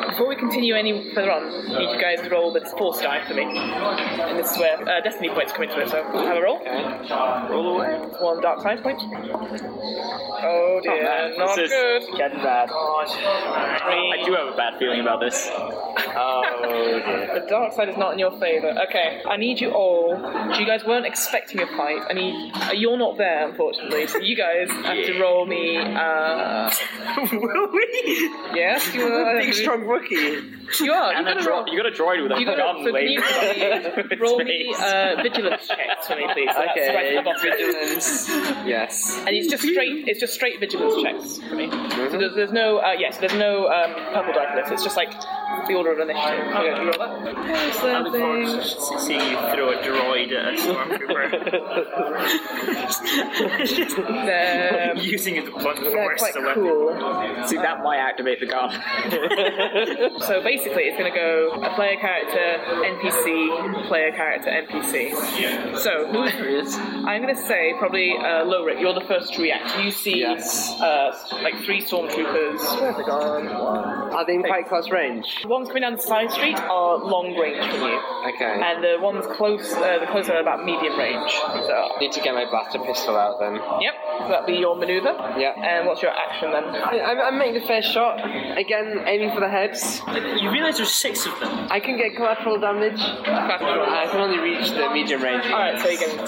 [SPEAKER 1] Before we continue any further on, I need you guys to roll this force die for me. And this is where uh, destiny points come into it, so have a roll. Roll away. One dark side point. Oh dear,
[SPEAKER 4] man,
[SPEAKER 1] not
[SPEAKER 4] this is
[SPEAKER 1] good.
[SPEAKER 4] Getting bad. I do have a bad feeling about this.
[SPEAKER 5] Oh, dear.
[SPEAKER 1] The dark side is not in your favor. Okay, I need you all. You guys weren't expecting a fight. I need. Uh, you're not there, unfortunately. So you guys have to roll me.
[SPEAKER 4] <laughs>
[SPEAKER 1] Uh,
[SPEAKER 6] Will we?
[SPEAKER 1] yes, you are.
[SPEAKER 2] Big strong rookie.
[SPEAKER 1] You are. You
[SPEAKER 4] And a
[SPEAKER 1] gotta
[SPEAKER 4] dro-
[SPEAKER 1] roll.
[SPEAKER 4] you got a droid with a
[SPEAKER 1] You
[SPEAKER 4] gun
[SPEAKER 1] gotta so can
[SPEAKER 4] laser.
[SPEAKER 1] you roll me, <laughs> roll
[SPEAKER 4] <laughs>
[SPEAKER 1] me uh, vigilance checks for me, please. So that's right at the bottom.
[SPEAKER 2] Vigilance. Yes.
[SPEAKER 1] And it's just straight. It's just straight vigilance checks for me. So there's, there's no. Uh, yes, there's no um, purple die for this. It's just like the order of initiative. So you roll
[SPEAKER 6] I
[SPEAKER 1] that.
[SPEAKER 6] look forward to s- seeing you throw a droid at a
[SPEAKER 1] <laughs>
[SPEAKER 6] stormtrooper. Just
[SPEAKER 1] They're,
[SPEAKER 6] using it to blunt
[SPEAKER 1] they're
[SPEAKER 6] force
[SPEAKER 1] Um, quite
[SPEAKER 6] the weapon.
[SPEAKER 1] cool.
[SPEAKER 4] See, that might activate the gun.
[SPEAKER 1] So basically, it's going to go a player character, NPC, player character, NPC. So who I'm going to say probably uh, Lorik. You're the first to react. You see uh, like three stormtroopers. Where have they gone?
[SPEAKER 2] Are they in quite close range?
[SPEAKER 1] The ones coming down the side street are long range from you,
[SPEAKER 2] Okay.
[SPEAKER 1] and the ones close, uh, the closer are about medium range. So
[SPEAKER 5] Need to get my blaster pistol out then.
[SPEAKER 1] yep, so that'd be your maneuver.
[SPEAKER 5] Yeah.
[SPEAKER 1] And what's your action then?
[SPEAKER 2] I, I, I'm making the first shot. Again, aiming for the heads.
[SPEAKER 6] You realise there's six of them.
[SPEAKER 2] I can get collateral damage. I can only reach the medium range.
[SPEAKER 1] All right, so you can.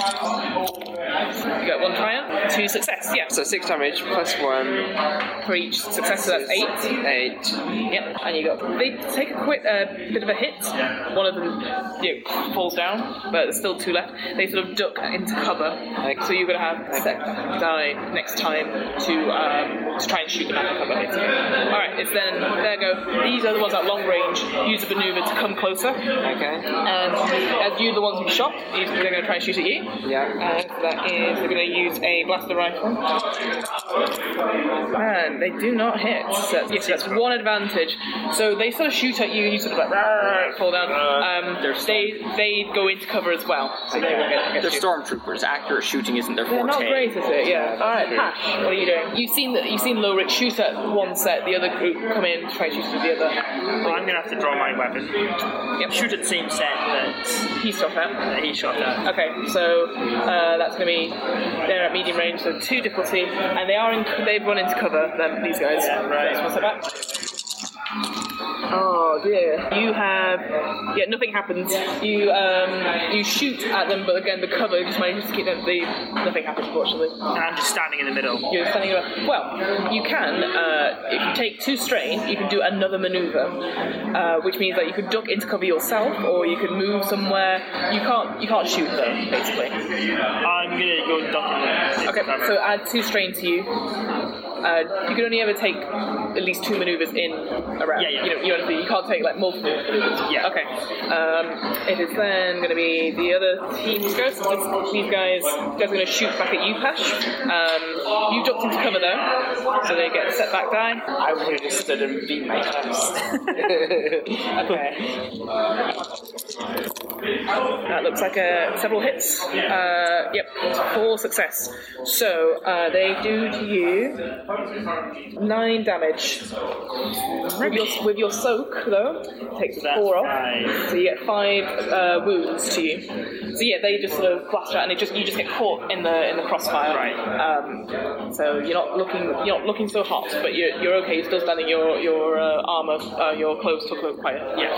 [SPEAKER 1] You got one triumph, two success. Yeah.
[SPEAKER 2] So six damage plus one,
[SPEAKER 1] For each success, so that's eight.
[SPEAKER 2] eight.
[SPEAKER 1] Yep. And you got they take a quick uh, bit of a hit. One of them you know, falls down, but there's still two left. They sort of duck into cover. So you're gonna have set die next time to um, to try and shoot them out of cover. Basically. All right. It's then there you go. These are the ones at long range. Use the maneuver to come closer.
[SPEAKER 2] Okay.
[SPEAKER 1] And as Um, you the ones who shot, these- they're gonna try and shoot at you.
[SPEAKER 2] Yeah.
[SPEAKER 1] And that is, they're going to use a blaster rifle. And they do not hit. So that's, yes, that's one advantage. So they sort of shoot at you, you sort of like "Rah," fall down. Um, they they go into cover as well. So they will get,
[SPEAKER 4] They're
[SPEAKER 1] get you.
[SPEAKER 4] stormtroopers. Accurate shooting isn't their forte.
[SPEAKER 1] They're not great, is it? Yeah. All right, Hash, what are you doing? You've seen that you've seen Lorik shoot at one set, the other group come in try and shoot at the other.
[SPEAKER 6] Well, I'm gonna have to draw my weapon.
[SPEAKER 1] Yep.
[SPEAKER 6] Shoot at the same set that,
[SPEAKER 1] He's still out.
[SPEAKER 6] that he shot at.
[SPEAKER 1] Okay, so uh, that's going to be they're at medium range, so two difficulty, and they are in they've run into cover. Them these guys.
[SPEAKER 6] right.
[SPEAKER 1] So it's one step back. Oh dear. You have yeah, nothing happens. You um, you shoot at them, but again the cover just manages to keep them. The, nothing happens, unfortunately.
[SPEAKER 6] And I'm just standing in the middle.
[SPEAKER 1] You're standing around. Well, you can, uh, if you take two strain, you can do another maneuver, uh, which means that you could duck into cover yourself, or you could move somewhere. You can't, you can't shoot though, basically.
[SPEAKER 6] I'm gonna go duck in there.
[SPEAKER 1] Okay, so add two strain to you. Uh, you can only ever take at least two maneuvers in a round.
[SPEAKER 6] Yeah, yeah.
[SPEAKER 1] You, know, you, know, what I mean? you can't take like multiple.
[SPEAKER 6] Yeah.
[SPEAKER 1] Okay. Um, it is then going to be the other team's go. So this- these guys, guys are going to shoot back at you, Pash. Um, you ducked into cover though, so they get a setback die.
[SPEAKER 5] I would have just stood and beat my chest.
[SPEAKER 1] <laughs> Okay. That looks like a, several hits. Uh, yep, four success. So uh, they do to you nine damage. With your, with your soak though, it takes
[SPEAKER 6] That's
[SPEAKER 1] four off.
[SPEAKER 6] five.
[SPEAKER 1] So you get five uh, wounds to you. So yeah, they just sort of blast out, and it just you just get caught in the in the crossfire.
[SPEAKER 6] Right.
[SPEAKER 1] Um, so you're not looking you're not looking so hot, but you're, you're okay. You're still standing. Your your uh, armor, uh, your clothes took look quite. Yeah.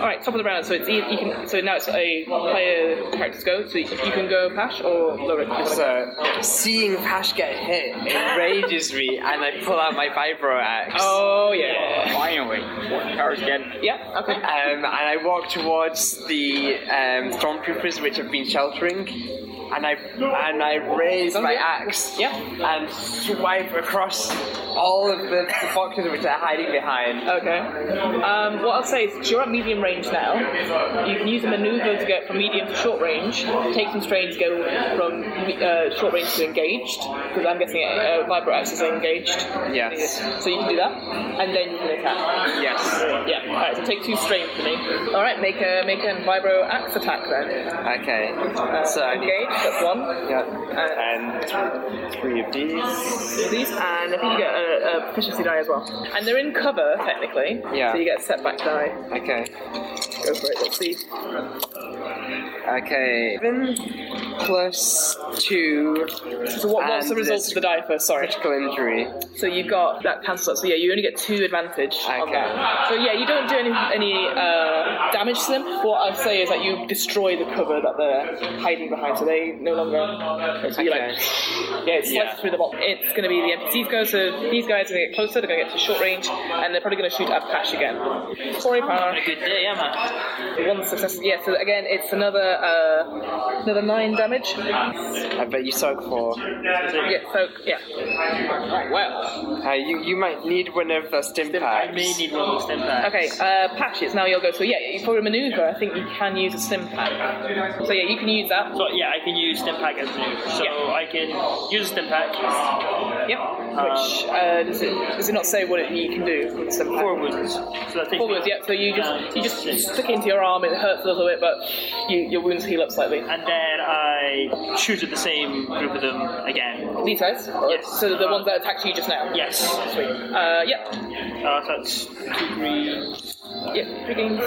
[SPEAKER 1] All right, top of the round. So it's e- you can so now it's a player character's go. So you, you can go Pash or Lorik. if you wanna go.
[SPEAKER 2] So, seeing Pash get hit
[SPEAKER 1] <laughs>
[SPEAKER 2] enrages me, and I pull out my vibro axe.
[SPEAKER 1] Oh yeah.
[SPEAKER 4] Finally, what powers again?
[SPEAKER 1] Yeah. Okay.
[SPEAKER 2] Um, and I walk towards the um, stormtroopers which have been sheltering, and I and I raise my axe
[SPEAKER 1] Yeah.
[SPEAKER 2] and swipe across all of the, the boxes which they're hiding behind.
[SPEAKER 1] Okay. Um, what I'll say is, you're at medium range now. You can use a maneuver to get from medium to short range. Take some strain to go from uh, short range to engaged, because I'm guessing uh, vibro axis are engaged.
[SPEAKER 2] Yes.
[SPEAKER 1] So you can do that, and then you can attack.
[SPEAKER 2] Yes.
[SPEAKER 1] Yeah. All right. So take two strain for me. All right. Make a make a vibro axe attack then.
[SPEAKER 2] Okay.
[SPEAKER 1] Uh,
[SPEAKER 2] So I need
[SPEAKER 1] engaged. That's one.
[SPEAKER 2] yeah.
[SPEAKER 1] Uh,
[SPEAKER 5] And three of these.
[SPEAKER 1] these, and I think you get a, a proficiency die as well. And they're in cover technically.
[SPEAKER 2] Yeah.
[SPEAKER 1] So you get a setback die.
[SPEAKER 2] Okay.
[SPEAKER 1] Go for it. Let's see.
[SPEAKER 2] Okay. Seven
[SPEAKER 7] plus two.
[SPEAKER 1] So what was the
[SPEAKER 7] and
[SPEAKER 1] result of the die first? Sorry.
[SPEAKER 7] Critical injury.
[SPEAKER 1] um, So you got that cancel out. So yeah, you only get two advantage on
[SPEAKER 7] Okay.
[SPEAKER 1] that. So yeah, you don't do any any uh, damage to them. What I'd say is that you destroy the cover that they're hiding behind, so they no longer. So you like yeah, it slices
[SPEAKER 3] Yeah.
[SPEAKER 1] through the bottom. It's going to be the NPCs go. So these guys are going to get closer. They're going to get to short range, and they're probably going to shoot at Pash again. Sorry, Pash.
[SPEAKER 3] Having a good day, am I?
[SPEAKER 1] One success. Yeah. So again, it's another uh, another nine damage.
[SPEAKER 7] I bet you soak four.
[SPEAKER 1] Yeah. So yeah.
[SPEAKER 7] Uh, you you might need one of those stim
[SPEAKER 3] I
[SPEAKER 7] packs.
[SPEAKER 3] may need one of those stim packs.
[SPEAKER 1] Okay, uh, Patch, it's now your go. So yeah, for a maneuver, I think you can use a stim pack. So yeah, you can use that.
[SPEAKER 3] So yeah, I can use stim pack as new. So
[SPEAKER 1] Yeah.
[SPEAKER 3] I can use a stim pack
[SPEAKER 1] Yep. Which uh, does it does it not say what it, you can do with a stim pack?
[SPEAKER 3] for wounds. So that takes
[SPEAKER 1] Forwards,
[SPEAKER 3] me
[SPEAKER 1] yep. So you
[SPEAKER 3] down
[SPEAKER 1] just
[SPEAKER 3] to
[SPEAKER 1] you just
[SPEAKER 3] six.
[SPEAKER 1] stick it into your arm. It hurts a little bit, but you, your wounds heal up slightly.
[SPEAKER 3] And then I shoot at the same group of them again.
[SPEAKER 1] These guys.
[SPEAKER 3] Yes.
[SPEAKER 1] So the ones that attacked you just now.
[SPEAKER 3] Yes.
[SPEAKER 1] Sweet. Uh, yep.
[SPEAKER 3] Uh, so that's two greens.
[SPEAKER 1] Yeah. Freaking-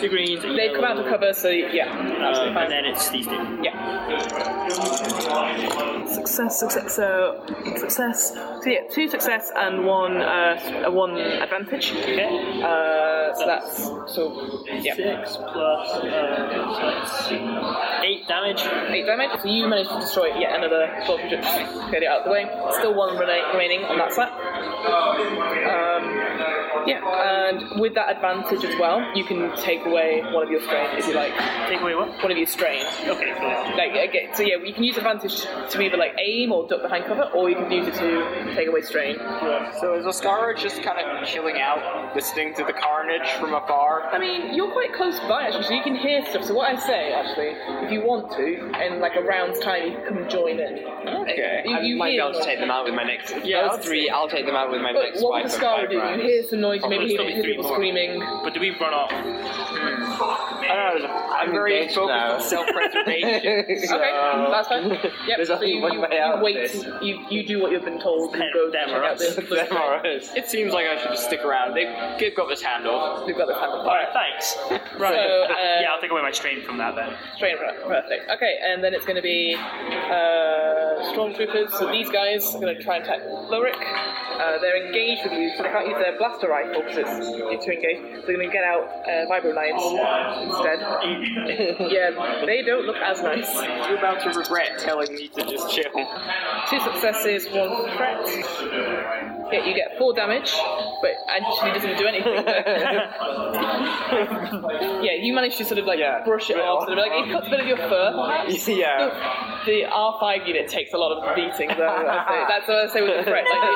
[SPEAKER 3] Two greens. a
[SPEAKER 1] They've come out of
[SPEAKER 3] yellow,
[SPEAKER 1] cover, so yeah. Absolutely
[SPEAKER 3] Um, and
[SPEAKER 1] fine.
[SPEAKER 3] then it's these two.
[SPEAKER 1] Yeah. Success, success, so success. So yeah, two success and one uh, uh, one advantage.
[SPEAKER 3] Okay.
[SPEAKER 1] Uh, so that's so yeah,
[SPEAKER 3] Six plus uh, so that's eight damage.
[SPEAKER 1] eight damage. So you managed to destroy yet another twelve object, get it out of the way. Still one rela- remaining on that set. Um, yeah, and with that advantage as well, you can take away one of your strain if you like.
[SPEAKER 3] Take away what?
[SPEAKER 1] One of your strain.
[SPEAKER 3] Okay, cool.
[SPEAKER 1] Like okay, so yeah, you can use advantage to either like aim or duck behind cover, or you can use it to take away strain.
[SPEAKER 4] So is Oscara just kind of chilling out, listening to the carnage from afar?
[SPEAKER 1] I mean, you're quite close by actually, so you can hear stuff. So what I say actually, if you want to, in like a round's time, you can come join in.
[SPEAKER 2] Okay.
[SPEAKER 1] You, you
[SPEAKER 2] I might be
[SPEAKER 1] hear
[SPEAKER 2] able to
[SPEAKER 1] noise.
[SPEAKER 2] take them out with my next.
[SPEAKER 1] Yeah,
[SPEAKER 2] those
[SPEAKER 1] I'll
[SPEAKER 2] three, I'll take them out with my
[SPEAKER 1] But
[SPEAKER 2] next
[SPEAKER 1] what
[SPEAKER 2] wipe.
[SPEAKER 1] would the
[SPEAKER 2] and
[SPEAKER 1] scar
[SPEAKER 2] five
[SPEAKER 1] do? You
[SPEAKER 2] rounds.
[SPEAKER 1] hear some noise, you
[SPEAKER 3] Oh,
[SPEAKER 1] maybe
[SPEAKER 3] there'll
[SPEAKER 1] hear hear
[SPEAKER 3] still be three
[SPEAKER 1] people
[SPEAKER 3] more.
[SPEAKER 1] screaming.
[SPEAKER 3] But do we run off?
[SPEAKER 1] Hmm.
[SPEAKER 2] I don't know, I'm very
[SPEAKER 4] engaged
[SPEAKER 2] focused
[SPEAKER 4] now.
[SPEAKER 2] on <laughs> self-preservation. so-
[SPEAKER 1] Okay, that's
[SPEAKER 2] <laughs>
[SPEAKER 1] fine. Yep,
[SPEAKER 2] Um, There's
[SPEAKER 1] so
[SPEAKER 2] only
[SPEAKER 1] you,
[SPEAKER 2] one
[SPEAKER 1] you,
[SPEAKER 2] way
[SPEAKER 1] you
[SPEAKER 2] out of
[SPEAKER 1] wait,
[SPEAKER 2] this.
[SPEAKER 1] you, you do what you've been told, you
[SPEAKER 3] Them-
[SPEAKER 1] go
[SPEAKER 3] them
[SPEAKER 1] check
[SPEAKER 3] or
[SPEAKER 1] out
[SPEAKER 2] <laughs>
[SPEAKER 3] us.
[SPEAKER 1] the-
[SPEAKER 2] Them are us. It seems like I should just stick around. They've, they've got this handle.
[SPEAKER 1] We've got this handle.
[SPEAKER 3] Alright, thanks. Right. <laughs>
[SPEAKER 1] So, uh,
[SPEAKER 3] yeah, I'll take away my strain from that then.
[SPEAKER 1] Straight in front, perfect. Okay, and then it's going to be uh, stormtroopers. So these guys are going to try and attack Lorik. Uh, they're engaged with you, so they can't use their blaster rifle because it's too engaged. So they're going to get out uh, vibro knives instead. <laughs> yeah, they don't look as nice.
[SPEAKER 4] You're about to regret telling me to just chill.
[SPEAKER 1] Two successes, one threat. Yeah, you get four damage, but actually doesn't do
[SPEAKER 4] <laughs>
[SPEAKER 1] anything. yeah, you manage to sort of like
[SPEAKER 2] Yeah.
[SPEAKER 1] brush it off, sort of like it cuts a bit of your fur. perhaps.
[SPEAKER 4] <laughs>
[SPEAKER 2] Yeah.
[SPEAKER 1] The R5 unit takes a lot of beating, though. I'd say. That's what I say with the threat. Like,
[SPEAKER 4] <laughs>
[SPEAKER 1] the,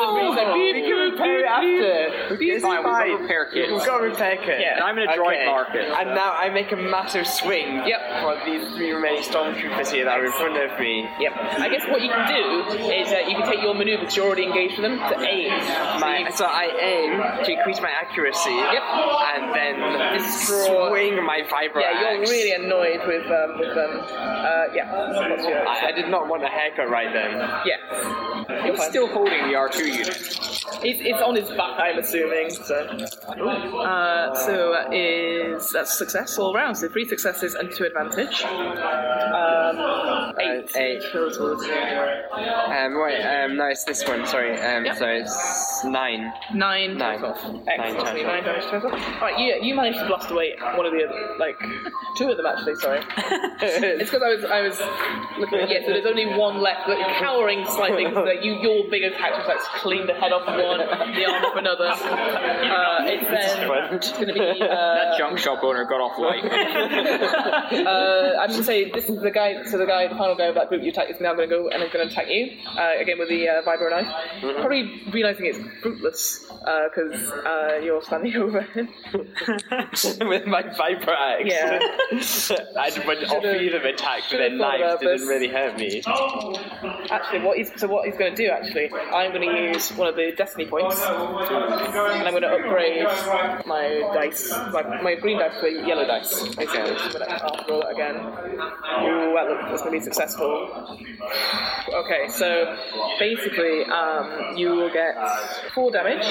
[SPEAKER 1] the, the, the,
[SPEAKER 2] Repair it after. It's
[SPEAKER 4] Fine, we've got
[SPEAKER 2] fine.
[SPEAKER 4] repair kits.
[SPEAKER 2] We've got repair kit.
[SPEAKER 1] Yeah.
[SPEAKER 4] And I'm in a droid
[SPEAKER 2] Okay.
[SPEAKER 4] market.
[SPEAKER 2] And now I make a massive swing
[SPEAKER 1] Yep.
[SPEAKER 2] for these three remaining stormtroopers here that are in front of me.
[SPEAKER 1] Yep. I guess what you can do is that you can take your maneuver because you're already engaged with them to aim. So
[SPEAKER 2] My,
[SPEAKER 1] you-
[SPEAKER 2] so I aim to increase my accuracy
[SPEAKER 1] Yep.
[SPEAKER 2] and then
[SPEAKER 1] Destroy-
[SPEAKER 2] swing my vibro
[SPEAKER 1] yeah, you're
[SPEAKER 2] axe.
[SPEAKER 1] really annoyed with um, with them. Uh, yeah. What's your-
[SPEAKER 2] I, I did not want a haircut right then.
[SPEAKER 1] Yeah. It was still
[SPEAKER 4] Still holding the R2 unit.
[SPEAKER 1] it's, it's on his back, I'm assuming. So, uh, so that is that's success all round. So three successes and two advantage. Um, eight.
[SPEAKER 2] Uh, eight.
[SPEAKER 1] total.
[SPEAKER 2] Um, wait, um, no, it's this one, sorry. Um,
[SPEAKER 1] Yep.
[SPEAKER 2] So it's nine. <laughs>
[SPEAKER 1] Nine.
[SPEAKER 2] Nine.
[SPEAKER 1] Total.
[SPEAKER 2] Nine
[SPEAKER 1] Excellent. so
[SPEAKER 2] total.
[SPEAKER 1] Nine damage total. All right, you, you managed to blast away one of the other, like two of them actually. Sorry. It's because I was I was looking at yeah, so there's only one left, but you're cowering slightly because like, you your big attack just like clean the head off of one, the arm off another. Uh, it's then it's gonna be
[SPEAKER 4] That
[SPEAKER 1] uh,
[SPEAKER 4] junk shop owner got off light.
[SPEAKER 1] uh, I'm gonna say this is the guy so the guy the final guy of that group you attack is now gonna go and is gonna attack you. Uh, again with the uh, vibro knife.
[SPEAKER 2] Mm-hmm.
[SPEAKER 1] Probably realising it's fruitless, because uh, you're standing <laughs> over him.
[SPEAKER 2] With my vibro axe.
[SPEAKER 1] Yeah.
[SPEAKER 2] <laughs> I'd went off either of attack, but
[SPEAKER 1] should've
[SPEAKER 2] their
[SPEAKER 1] thought about
[SPEAKER 2] knives didn't
[SPEAKER 1] this.
[SPEAKER 2] really hurt me.
[SPEAKER 1] Actually, what he's, so what he's going to do, actually, I'm going to use one of the destiny points, and I'm going to upgrade my dice, my, my green dice to a yellow dice. Okay. So I'm gonna- I'll roll it again. Ooh, that look, that's going to be successful. Okay, Okay, so basically, um, you will get four damage,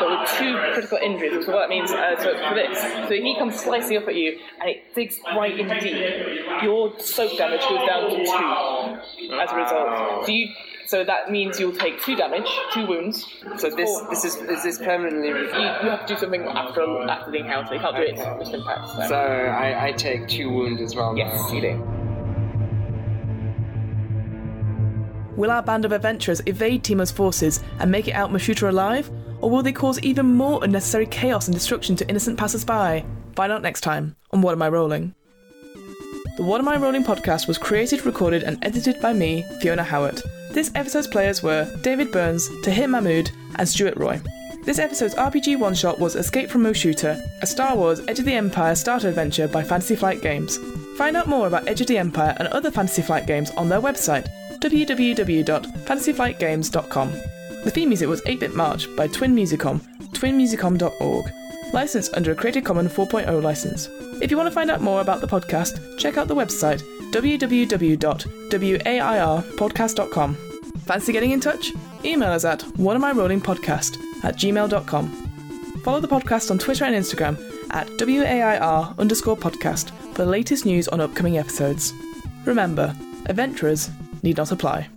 [SPEAKER 1] but with two critical injuries. So what that means, uh, so it's for this. So he comes slicing up at you, and it digs right in deep. Your soak damage goes down to two as a result. So you. So that means you'll take two damage, two wounds.
[SPEAKER 2] So this
[SPEAKER 1] four.
[SPEAKER 2] this is is this permanently?
[SPEAKER 1] You, you have to do something after after the encounter. You can't do it just impact. So.
[SPEAKER 2] So I, I take two wound as well.
[SPEAKER 1] yes, you do.
[SPEAKER 8] Will our band of adventurers evade Tima's forces and make it out Mashuta alive? Or will they cause even more unnecessary chaos and destruction to innocent passers-by? Find out next time on What Am I Rolling? The What Am I Rolling podcast was created, recorded, and edited by me, Fiona Howard. This episode's players were David Burns, Tahir Mahmood, and Stuart Roy. This episode's RPG one shot was Escape from Moshuta, a Star Wars Edge of the Empire starter adventure by Fantasy Flight Games. Find out more about Edge of the Empire and other Fantasy Flight games on their website, www.fantasyflightgames.com. The theme music was 8 Bit March by Twin Musicom, twinmusicom.org licensed under a Creative Commons 4.0 license. If you want to find out more about the podcast, check out the website www.wairpodcast.com. Fancy getting in touch? Email us at whatamirollingpodcast at gmail.com. Follow the podcast on Twitter and Instagram at wair underscore podcast for the latest news on upcoming episodes. Remember, adventurers need not apply.